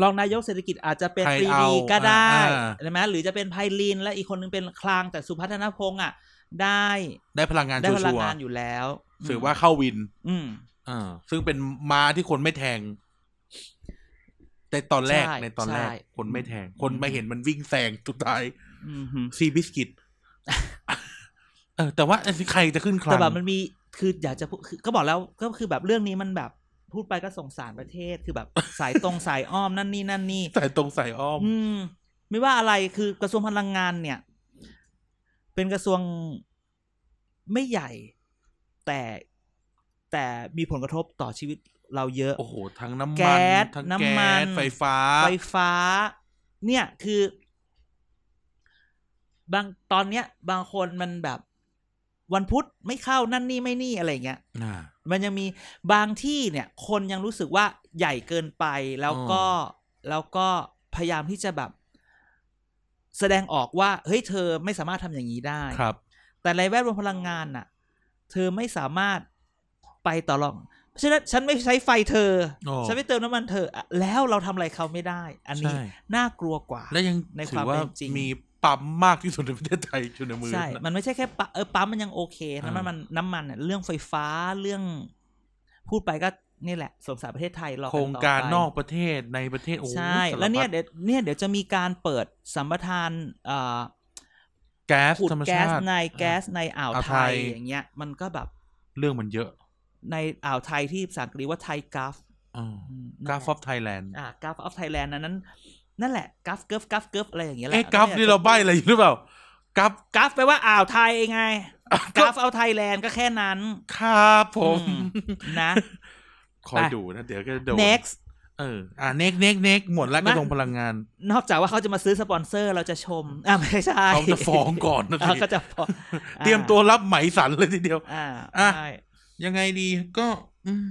รองนายกเศรษฐกิจอาจจะเป็น
ใคร
ปรี
เอา
ดีก็ได้
อ่า
ใช่ไหมหรือจะเป็นไพลินและอีกคนนึงเป็นคลังแต่สุพัฒนพงษ์อ่ะ ได้
ได้พลังงาน
ได้
ชัว
พลัง
ร์
งานอยู่แล้ว
ๆถือว่าเข้าวิน
อืม
อ่าซึ่งเป็นม้าที่คนไม่แทง แต่ตอนแรก
ใช่
ในตอนแรก
ใช่
คนไม่แทง คนไม่เห็นมันวิ่งแซงสุดท้าย
อืมฮึ
ซีบิส กิต เออ แต่ว่าไอ้ใครจะขึ้นคลั
แต่
ง
แบบมันมีคืออยากจะพูดคือก็บอกแล้วก็คือแบบเรื่องนี้มันแบบพูดไปก็สงสารประเทศคือ แบบสายตรงสายอ้อมนั่นนี่นั่นนี่
สายตรงสายอ้อม
อืม ไม่ว่าอะไรคือกระทรวงพลังงานเนี่ย เป็นกระทรวงไม่ใหญ่ แต่แต่มีผลกระทบต่อชีวิตเราเยอะ
โอ้โห ทั้งน้ำมัน
แก๊ส
ทั้ง
น้ำ
แก๊
มัน
สไฟฟ้า
ไฟฟ้า เนี่ยคือ บางตอนเนี้ย บางคนมันแบบวันพุธไม่เข้านั่นนี่ไม่นี่อะไรอย่างเงี้ย
อ่า
มันยังมีบางที่เนี่ย คนยังรู้สึกว่าใหญ่เกินไปแล้วก็แล้วก็พยายามที่จะแบบ แสดงออกว่า เฮ้ยเธอไม่สามารถทำอย่างนี้ได้
ครับ
แต่ในแวดวงพลังงานน่ะ เธอไม่สามารถไปต่อรอง เพราะฉะนั้นฉันไม่ใช้ไฟเธอ
โอ้
ฉันไม่เติมน้ำมันเธออะแล้วเราทำอะไรเขาไม่ได้ อันนี้
ใช่
น่ากลัวกว่า
และยัง
ในค
ถื
วาม
อว่า
เป็นจริง
มีปั๊มมากที่สุดในประเทศไทยอยู่ในมือ
ใช่
นะ
มันไม่ใช่แค่ปะเออปั๊มมันยังโอเคนะมัน
อ่ามั
มันน้ำมันเนี่ยเรื่องไฟฟ้าเรื่อง พูดไปก็นี่แหละสงสารประเทศไทยรอ
โครงการ
ต่ไป
นอกประเทศในประเทศโอ้โห
ใช่
สารพัด
แล้วเนี่ยเดี๋ยวเนี่ยเดี๋ยวจะมีการเปิดสัมปทานเอ่อ
แก๊ส
ขุด
ธรรม
แก๊
ชา
ส
ติ
ในแก๊สในอ่าว
อ่าว
ไท
ไทย
ยอย่างเงี้ย มันก็แบบ
เรื่องมันเยอะ
ในอ่าวไทยที่ภาษาอังกฤษว่าไทยกัฟ
อ่ากราฟออฟไทยแลนด์
อ่ากัฟออฟไทยแลนด์นั้น นั่นแหละกัฟเกิฟกัฟเกิฟอะไรอย่างเงี้ยแหละ
เอ๊ะกราฟนี่เราใบ้อะไรอยู่หรือเปล่า กราฟ
กัฟแปลว่าอ่าวไทยไงกัฟเอาไทยแลนด์ก็แค่นั้น
ครับผม
อืม นะ
คอย
ไป
ดูนะ เดี๋ยวก็โดน
next
เอออ่า next next next หมดแล้ว
มา
กระทรวงพลังงาน
นอกจากว่าเขาจะมาซื้อสปอนเซอร์เราจะชม อ่าไม่ใช่
เขาจะฟ้องก่อนนะ
อ่า
สิ
เขาจะฟ้อง
เตรียมตัวรับไหมสันเลยทีเดียว
อ่า
อ่ะ
ใช่
ยังไงดีก็ อืม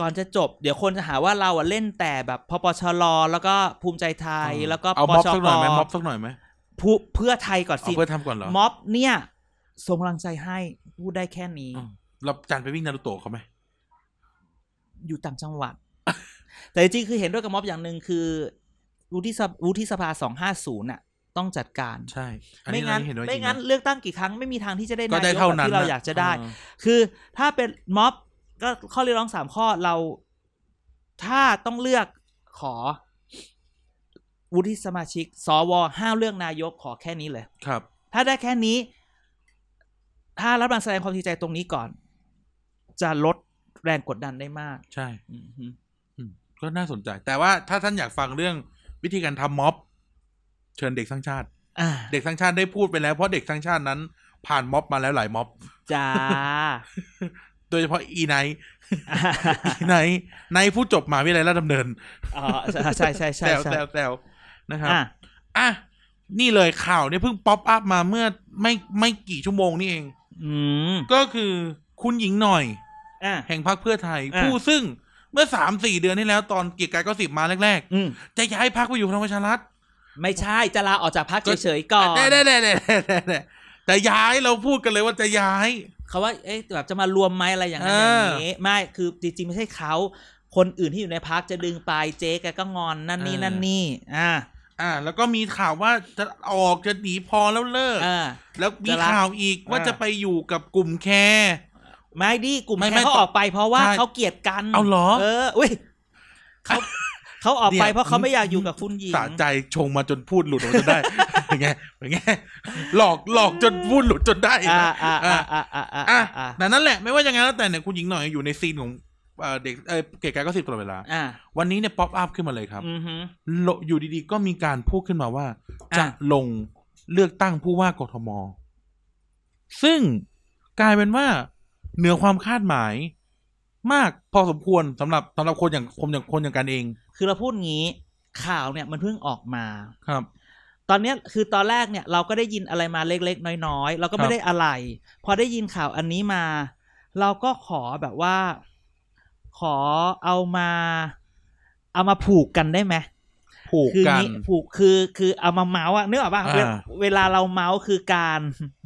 ก่อนจะจบ เดี๋ยวคนจะหาว่าเราอ่ะเล่นแต่แบบพปชรแล้วก็ภูมิใจไทยแล้วก็
เอา
ป
ม็อบ
ช
สักห
ป
น่อยไหมม็อบสักหน่อยไหม
ภูเพื่อไทยก่อน
เอา
สิ
เพื่อทำก่อนเหรอ
ม็อบเนี่ยส่งกำลังใจให้พูดได้แค่นี้
อืมเราจันไปวิ่งนารูโตะเขาไหม
อยู่ต่างจังหวัด แต่จริงๆคือเห็นด้วยกับม็อบอย่างหนึ่งคือวุฒิสภาวุฒิสภาสองห้าศูนย์่ะ ต้องจัดการ
ใช่อั
ไม่งั้น
เราเห็ด้วย
ไม่งั้น
จริ
เลือกตั้งกี่ครั้งไม่มีทางที่จะได้
ะ
นา
ก็
ยก
ได้เท่า
แบบ
นั้น
ที่เรา
น่ะ
อยากจะได้
เออ
คือถ้าเป็นม็อบก็ข้อเรียกร้องสามข้อเรา ถ้าต้องเลือกขอ วุฒิสมาชิก สวห้ามเลือกนายกขอแค่นี้เลย
ครับ
ถ้าได้แค่นี้ ถ้ารับการแสดงความจริงใจตรงนี้ก่อน จะลดแรงกดดันได้มาก
ใช่
อืมฮึ
อืมก็น่าสนใจ แต่ว่าถ้าท่านอยากฟังเรื่องวิธีการทำม็อบ เชิญเด็กสร้างชาติ
อ่า
เด็กสร้างชาติได้พูดไปแล้วเพราะเด็กสร้างชาตินั้น ผ่านม็อบมาแล้วหลายม็อบ
จ้า
โดยเฉพาะอี ไนท์อีไนท์ไนท์ผู้จบมหาวิทยาลัยราชดำเนิน
อ๋อใช่ใช่ใช่ใช่
แซว
ใช่
แซวแซวนะครับ
อ่ะ
อ่ะนี่เลยข่าวเนี่ยเพิ่งป๊อปอัพมาเมื่อไม่ไม่กี่ชั่วโมงนี่เอง
อืม
ก็คือคุณหญิงหน่อย
อ่ะ
แห่งพรรคเพื่อไทย
อ่ะ
ผู้ซึ่งเมื่อสามสี่เดือนที่แล้วตอนเกียรติกายก็สิบมาแรก
อืม
ๆ จะย้ายพรรคไปอยู่พลังประชารัฐ
ไม่ใช่จะลาออกจากพักเฉยๆก่อน
ได้ได้ได้ได้ได้ได้แต่ย้ายเราพูดกันเลยว่าจะย้าย
เขาว่า เอ๊ะ แบบจะมารวมไหมอะไรอย่างนั้น
เอ
อ
อ
ย่างนี้ ไม่ คือจริงๆ ไม่ใช่เขา คนอื่นที่อยู่ในพักจะดึงไปเจ๊แกก็งอนนั่นนี่นั่นนี่ อ่า
อ่า แล้วก็มีข่าวว่าจะออกจะหนีพอแล้วเลิก
อ่า
แล้วมี
จะลา
ข่าวอีกว่า
อ่า
จะไปอยู่กับกลุ่มแคร์
ไม่ดิกลุ่ม
ไม่
แค
ไม่
ร์เขาออกไปเพราะว่า
ใช่
เขาเกลียดกัน
เอาเหรอ
เอออุ้ยเขาเขาออกไป
เนี่ย
เพราะเขาไม่อยากอยู่กับคุณหญิง
สะใจชงมาจนพูดหลุดออกมาจ นได้ เป็นไงเป็นไงหลอกหลอกจนพูดหลุดจนได้นะ
อ่าอ่า
อ่า
อ่าอ่าอ่า
อ่ะ
อ่าอ่า
แต่นั่นแหละไม่ว่ายังไงแล้วแต่เนี่ยคุณหญิงหน่อยอยู่ในซีนของเอ่อเด็กเอ่อเกียรติกายก็สิบตลอดเวลา
อ่า
วันนี้เนี่ยป๊อปอัพขึ้นมาเลยครับ
อือหือ
โลอยู่ดีๆ ก็มีการพูดขึ้นมาว่า
อ่ะ
จะลงเลือกตั้งผู้ว่ากทม ซึ่งกลายเป็นว่า เหนือความคาดหมาย มากพอสมควรสำหรับสำหรับคนอย่างคนอย่างคนอย่างกันเอง
คือเราพูดงี้ ข่าวเนี่ยมันเพิ่งออกมา
ครับ
ตอนเนี้ยคือตอนแรกเนี่ยเราก็ได้ยินอะไรมาเล็กๆ น้อยๆ เราก็
ครั
ไม่
บ
ได้อะไร พอได้ยินข่าวอันนี้มา เราก็ขอแบบว่า ขอเอามา เอามาผูกกันได้ไหม
ผูก
คือ
กัน
งี้ผูกคือคือเอามาเมาส์อะนึกออกป่ะ
อ่า
เวลาเวลาเราเมาส์คือการ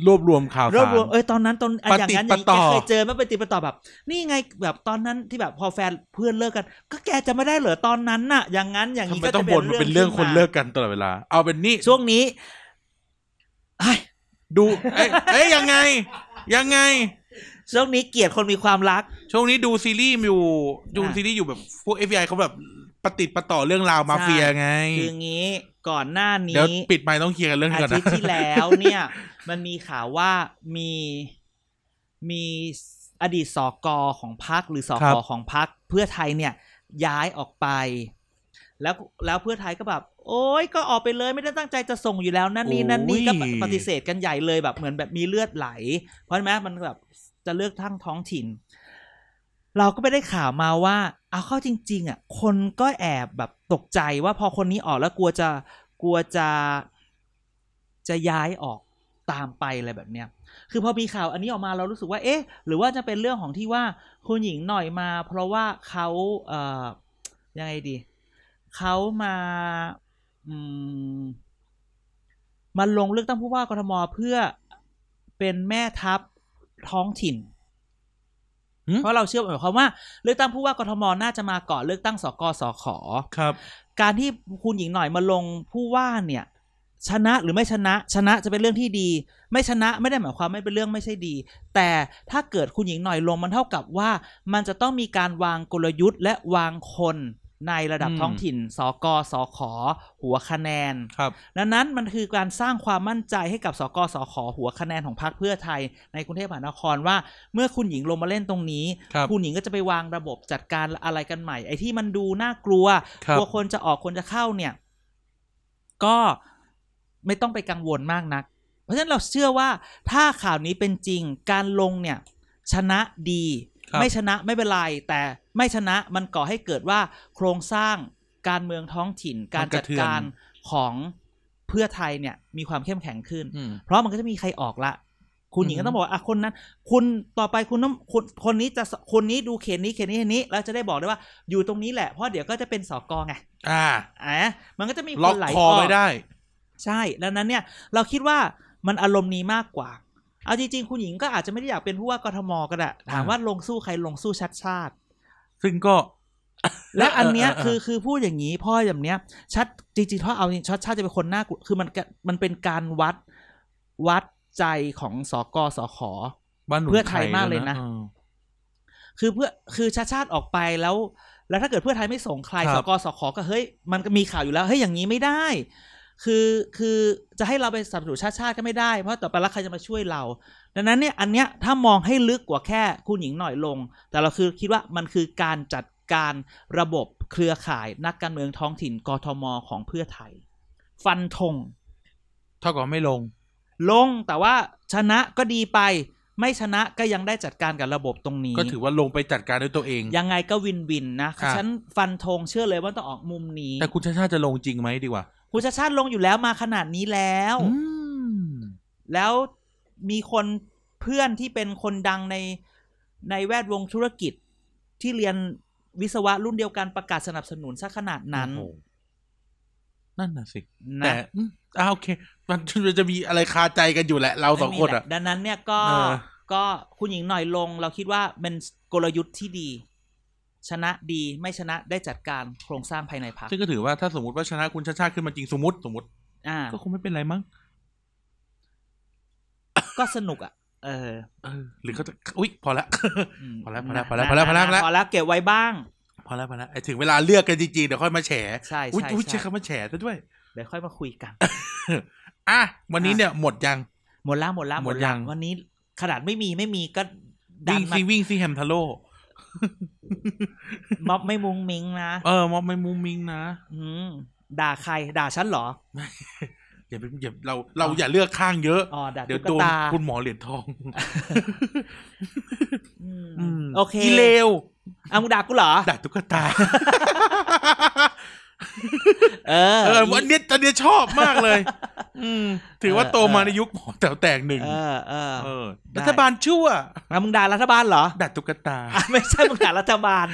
รวบรวมข่าว
รว
สา
บ
ร
รวมเอ้ยตอนนั้นตอนอะอย่างนั้นอย่างนี้
ปฏิปต่
แก
อ
เคยเจอไหมปฏิปต่อแบบ นี่ไงแบบตอนนั้นที่แบบพอแฟนเพื่อนเลิกกัน ก็แกจะไม่ได้เหรอตอนนั้นน่ะ อย่างนั้นอย่าง
ทำ
นี้
ไม
ก็
ต้อ
จะ
งบ่นมันเป็นเรื่องคนเลิก
ขึ้
กันตลอดเวลา เอาเป็นนี่
มาช่วงนี้เฮ้ย
ดู เอ้ยเอ้ยยังไง ยังไง
ช่วงนี้เกลียดคนมีความรัก
ช่วงนี้ดูซีรีส์อยู่ดู
อ่ะ
ซีรีส์อยู่แบบพวก FBI เขาแบบปะติดปะต่อเรื่องราวมาเฟีย
ใช่
ไง
คืองี้ก่อนหน้า
เดี๋ยว
นี้
ปิดไมค์ต้องเคลียร์กันเรื่องนี้
อาทิ
ก่อนนะ
ตย์ที่แล้ว เนี่ย มันมีข่าวว่ามีมีอดีตสอกอของพักหรือสอ
ครั
ก
บ
อของพักเพื่อไทยเนี่ย ย้ายออกไป แล้วแล้วเพื่อไทยก็แบบ โอ๊ยก็ออกไปเลยไม่ได้ตั้งใจจะส่งอยู่แล้วนั่นนี่นั่นนี่ก็ปปฏิเสธกันใหญ่เลยแบบเหมือนแบบมีเลือดไหล เพราะฉะนั้นมันแบบจะเลือกทั้งท้องถิ่น เราก็ไปได้ข่าวมาว่า เอาเข้าจริง ๆ อ่ะ คนก็แอบแบบตกใจว่าพอคนนี้ออกแล้วกลัวจะกลัวจะจะย้ายออกตามไปอะไรแบบเนี้ย คือพอมีข่าวอันนี้ออกมาเรารู้สึกว่า เอ๊ะ หรือว่าจะเป็นเรื่องของที่ว่าคุณหญิงหน่อยมา เพราะว่าเขาเอ่อยังไงดีเขามาอืมมาลงเลือกตั้งผู้ว่ากทมเพื่อเป็นแม่ทัพท้องถิ่น
หึ
เพราะเราเชื่อหมายความว่าเลือกตั้งผู้ว่ากทมน่าจะมาก่อนเลือกตั้งสกสข
ครับ
การที่คุณหญิงหน่อยมาลงผู้ว่าเนี่ย ชนะหรือไม่ชนะ ชนะจะเป็นเรื่องที่ดี ไม่ชนะไม่ได้หมายความไม่เป็นเรื่องไม่ใช่ดี แต่ถ้าเกิดคุณหญิงหน่อยลงมันเท่ากับว่า มันจะต้องมีการวางกลยุทธ์ และวางคนในระดับ
อืม
ท้องถิ่น สกสข หัวคะแนน
ครับ
ดังนั้นมันคือการสร้างความมั่นใจให้กับสกสข หัวคะแนนของพรรคเพื่อไทย ในกรุงเทพมหานครว่า เมื่อคุณหญิงลงมาเล่นตรงนี้
ครับ
คุณหญิงก็จะไปวางระบบจัดการอะไรกันใหม่ ไอ้ที่มันดูน่ากลัว
ครับ
กลัวคนจะออกคนจะเข้าเนี่ย ก็ไม่ต้องไปกังวลมากนัก เพราะฉะนั้นเราเชื่อว่าถ้าข่าวนี้เป็นจริงการลงเนี่ย ชนะดี
ครับ
ไม่ชนะไม่เป็นไร แต่ไม่ชนะมันก่อให้เกิดว่าโครงสร้างการเมืองท้องถิ่น การจัดการของเพื่อไทยเนี่ย มีความเข้มแข็งขึ้น
อืม
เพราะมันก็จะมีใครออกละ คุณหญิง
อื
ก็
ม
ต้องบอกว่าอ่ะคนนั้น คุณต่อไปคุณต้องคนคนนี้จะคนนี้ดูเขตนี้เขตนี้เขตนี้แล้วจะได้บอกได้ว่าอยู่ตรงนี้แหละเพราะเดี๋ยวก็จะเป็นสกไง
อ่า
อ่ะมันก็จะมีค
ล็อก
นไหล
คอไว้ได้
ใช่แล้วนั้นเนี่ย เราคิดว่ามันอารมณ์นี้มากกว่า เอาจริงๆคุณหญิงก็อาจจะไม่ได้อยากเป็นผู้ว่ากทมก็ได้ถามว่าลงสู้ใครลงสู้ชัดชาติ
ซึ่งก็
และอันเนี้ย
าาา
คือคือพูดอย่างนี้พ่ออย่างเนี้ย ชัดจริงๆถ้าเอาจริงชัดชาติจะเป็นคนหน้ากลัวคือมันก็มันเป็นการวัดวัดใจของสกสข
บ้านหนุน
เพื่อไทยมากเลยนะ
ออ
คือเพื่อคือชาติชาติออกไปแล้ว แล้วถ้าเกิดเพื่อไทยไม่ส่งใคร
ค
ส
รับ
กสขก็เฮ้ยมันก็มีข่าวอยู่แล้วเฮ้ยอย่างนี้ไม่ได้ คือคือจะให้เราไปสนับสนุนชาติชาติก็ไม่ได้เพราะต่อไปแล้วใครจะมาช่วยเรา ดังนั้นเนี่ยอันเนี้ยถ้ามองให้ลึกกว่าแค่คุณหญิงหน่อยลง แต่เราคือคิดว่ามันคือการจัดการระบบเครือข่ายนักการเมืองท้องถิ่นกทมของเพื่อไทย ฟันธง
เท่ากับไม่ลง
ลงแต่ว่าชนะก็ดีไป ไม่ชนะก็ยังได้จัดการกับระบบตรงนี้
ก็ถือว่าลงไปจัดการด้วยตัวเอง
ยังไงก็วินวินนะ
ค่ะ
ฉันฟันธงเชื่อเลยว่าต้องออกมุมนี้
แต่คุณชาติชาติจะลงจริงไหมดีกว่า
คุณชาติชาติลงอยู่แล้วมาขนาดนี้แล้ว
อืม
แล้วมีคนเพื่อนที่เป็นคนดังในในแวดวงธุรกิจที่เรียนวิศวะรุ่นเดียวกันประกาศสนับสนุนซะขนาดนั้น
โอ้โหนั่นน่ะสิ แต่
นะ
อืมอ่าโอเค มันมันจะมีอะไรคาใจกันอยู่แหละ เราสองคนอ่ะ
ไม่มีแหลดังนั้นเนี่ยก็
เออ
ก็คุณหญิงหน่อยลง เราคิดว่าเป็นกลยุทธ์ที่ดี ชนะดีไม่ชนะได้จัดการโครงสร้างภายในพรรค
ซึ่งก็ถือว่าถ้าสมมติว่าชนะคุณชาติชาติขึ้นมาจริงสมมติสมมติ
อ่า
ก็คงไม่เป็นไรมั้ง
ก็สนุกอ่ะ เออ
เออหรือเขาจะอุ๊ยพอละ
ม
พอแล้วพอแล้ว
นะ
พอแล้ว
นะ
พอแล้วพอแล้ว
นะ
พอ
พอ
แล้ว
แล้วเก็บไว้บ้าง
พอละพอละไอ้ถึงเวลาเลือกกันจริงๆเดี๋ยวค่อยมาแฉ
ใช่
อุ๊ย
ใช่
อุ๊ยใช้
ใช่
คำว่าแฉซะด้วย
เดี๋ยวค่อยมาคุยกัน
อ่ะวันนี้เนี่ยหมดยัง
หมดละหมดละ
หมด
ละ
ยัง
วันนี้ขนาดไม่มีไม่มีก็ดั
วิ่
น
ง
มา
ซีวิ่งซีแฮมทาโร่
ม็อบไม่มุงมิงนะ
เออมอบไม่มุมมิงนะ
อืมด่าใครด่าฉันเหรอ
อย่าไปอย่าเราเราอย่าเลือกข้างเยอะ
อ๋อด่า
เดี๋ยว
ตุ๊ก
โดน
ตา
คุณหมอเหรียญทอง
อืม
อืม
โอเค
อีเลว
เอามึงด่ากูเหรอ
ด่าตุ๊กตา
เออ
เออ
อี
วันเนี้ยตอนเนี้ยชอบมากเลย อืม ถือว่าโตมาในยุคหมอแต๋วแตกหนึ่ง
เออเออ
เออรัฐบาลชั่ว
แล้วมึงด่ารัฐบาลเหรอ
ดัดตุ๊กตา
อ่ะไม่ใช่มึงด่ารัฐบาล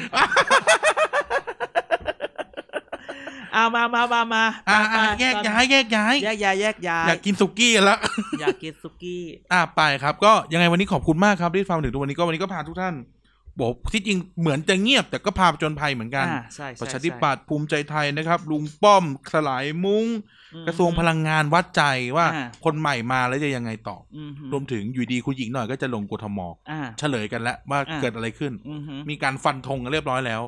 เอามามามามา
อ่า
ไป
อ่า
ไป
แยก
ตอน
ย้ายแยกย้าย
แยกย้ายแยกย้าย
อยากกินสุกี้กันละ
อยากกินสุกี้
อ่าไปครับ ก็ยังไงวันนี้ขอบคุณมากครับที่ฟังถึงทุกวันนี้ก็วันนี้ก็พาทุกท่านบอกที่จริงเหมือนจะเงียบ แต่ก็พาผจนภัยเหมือนกัน
อ่าใช่ใช่
ประชาธิ
ใช่
ปัตย์ภูมิใจไทยนะครับ ลุงป้อมสลายมุง้ง
อืม
กระทรวงพลังงานวัดใจว่า
อ่า
คนใหม่มาแล้วจะยังไงต่อ
อืมฮึ
อรวมถึงอยู่ดีคุณหญิงหน่อยก็จะลงกทม
อ่า
เฉลยกันแล้วว่า
อ่า
เกิดอะไรขึ้น
อืมฮึ
มีการฟันธงกันเรียบร้อยแล้ว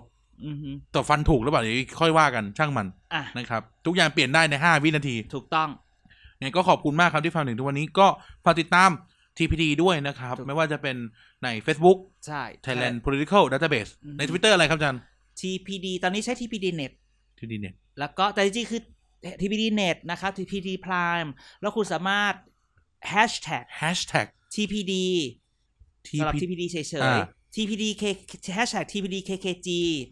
อืมฮึ
แต่ฟันถูกหรือเปล่าเดี๋ยวค่อยว่ากันช่างมัน
อ่ะ
นะครับ ทุกอย่างเปลี่ยนได้ในห้าวินาที
ถูกต้อง
ยังไงก็ขอบคุณมากครับที่ฟังถึงทุกวันนี้ก็ฝากติดตาม TPD ด้วยนะครับ
ถูก
ไม่ว่าจะเป็นใน Facebook
ใช่
Thailand Political Database
อืม
ใน Twitter อะไรครับอาจารย์
TPD ตอนนี้ใช้ TPD Net
ที่ดีเนี่ย
แล้วก็แต่จริงๆคือ TPD Net นะครับ TPD Prime แล้วคุณสามารถ Hashtag
แฮชแท็ก
TPD สำหรับ TPD เฉย
อ่า
ๆ TPD K Hashtag TPD KKG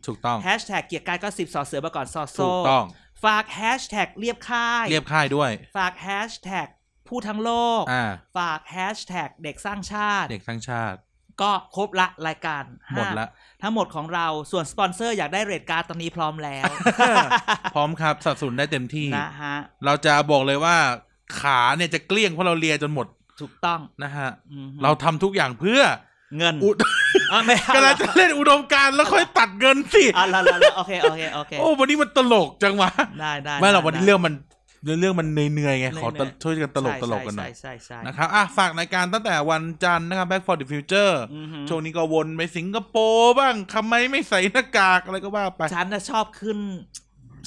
ถูกต้อง
Hashtag เกียรติกายก็สิบสอเสือมาก่อนซอ
ถู
โซ่
กต้อง
ฝาก Hashtag เรียบค่าย
เรียบค่ายด้วย
ฝาก Hashtag ผู้ทั้งโลก
อ่า
ฝาก Hashtag เด็กสร้างชาติ
เด็กทั้งชาติ
ก็ครบละรายการ
หมดละ
ห้าทั้งหมดของเราส่วนสปอนเซอร์อยากได้เรทการ์ดตอนนี้พร้อมแล้ว
พร้อมครับสนับสนุนได้เต็มที่
นะฮะ
เราจะบอกเลยว่าขาเนี่ยจะเกลี้ยงเพราะเราเลียจนหมด
ถูกต้อง
นะฮะ
อืม
เราทำทุกอย่างเพื่อ
เงิน
อุด
อ่ะไม่เอา
กำลังจะเล่นอุดมการณ์แล้วค่อยตัดเงินสิ
อ่ะละละละโอเคโอเคโอเค
โอ้วันนี้มันตลกจังวะ
ได้ได้
ไม่หรอก
ด้
วันนี้
ได้
เรื่องมันเรื่องมันเหนื่อยๆไง
เหนื่อยๆ
ขอตะช่วยกันตลกตลกกันหน่อย
ใช่ใช่ใช่
นะครับอ่ะฝากรายการตั้งแต่วันจันทร์นะครับ Back for the Future
อือหือ
ช่วงนี้ก็วนไปสิงคโปร์บ้างทำไมไม่ใส่หน้ากากอะไรก็ว่าไป
ฉันน่ะชอบขึ้น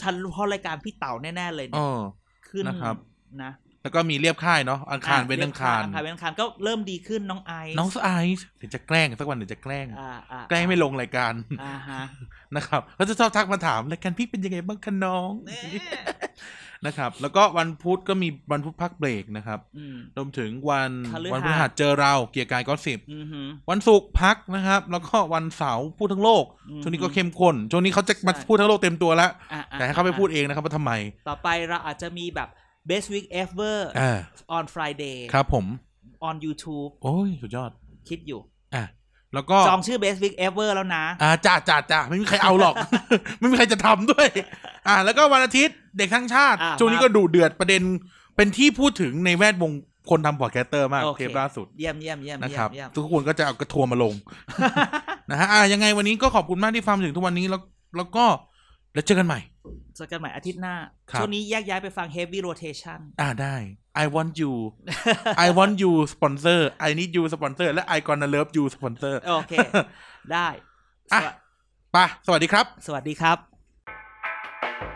ฉันรู้เพราะรายการพี่เต่าแน่ ๆ เลย
อ๋
เนี่ย
อ
ขึ้น
นะครับ
นะ
แล้วก็มีเรียบค่ายเนาะอังคาร
อ่ะ
เว้นอังคาร
เยกเว้นอังคารก็เริ่มดีขึ้นน้องไอซ์
น้องสไอซ์เดี๋ยวจะแกล้งสักวันเดี๋ยวจะแกล้ง
อ่าอ่า
แกล้งไม่ลงรายการ
อ่าฮะ
นะครับเขาจะชอบทักมาถามรายการพี่เป็นยังไงบ้างคะน้ อง
เนี่ย
นะครับ แล้วก็วันพุธก็มีวันพุธพักเบรกนะครับ
อืม
รวมถึงวัน
พฤหัส
วันพฤหัสเจอเราเกียร์กายก็สิบ
อือหือ
วันศุกร์พักนะครับ แล้วก็วันเสาร์พูดทั้งโลก
อืม
ช่วงนี้ก็เข้มข้น ช่วงนี้เขาจะมา
ใช่
พูดทั้งโลกเต็มตัวแล้ว
อ่ะอ่ะ
แต่ให้เขาไปพูดเองนะครับว่าทำไม
ต่อไปเราอาจจะมีแบบ best week ever
อ่า
on Friday
ครับผม
on YouTube
โอ้ย สุดยอด
คิดอยู่
อ่ะแล้วก็
จองชื่อ best week ever แล้วนะ
อ่าจ่าจ่าจ่าไม่มีใครเอา หรอก ไม่มีใครจะทำด้วย อ่า แล้วก็วันอาทิตย์เด็กทั้งชาติ
อ่ะ
ช่วงนี้
มา
ก็ดูเดือดประเด็น เป็นที่พูดถึงในแวดวงคนทำพอดแคสเตอร์มาก
โอ
เทปล่าสุด
เยี่ยมเยี่ยมเยี่ยม
นะครับ
เยี่ยม
ทุกคนก็จะเอากระทัวร์ มาลง นะฮะอ่ะยังไงวันนี้ก็ขอบคุณมากที่ฟังถึงทุกวันนี้แล้วแล้วก็แล้วเจอกันใหม่
เจอกันใหม่อาทิตย์หน้า
ครับ
ช่วงนี้แยกย้ายไปฟัง heavy rotation
อ่าได้ I want you I want you sponsor I need you sponsor และ I gonna love you sponsor
โอ เค ได้
อ่ะ ไป สวัสดีครับ
สวัสดีครับ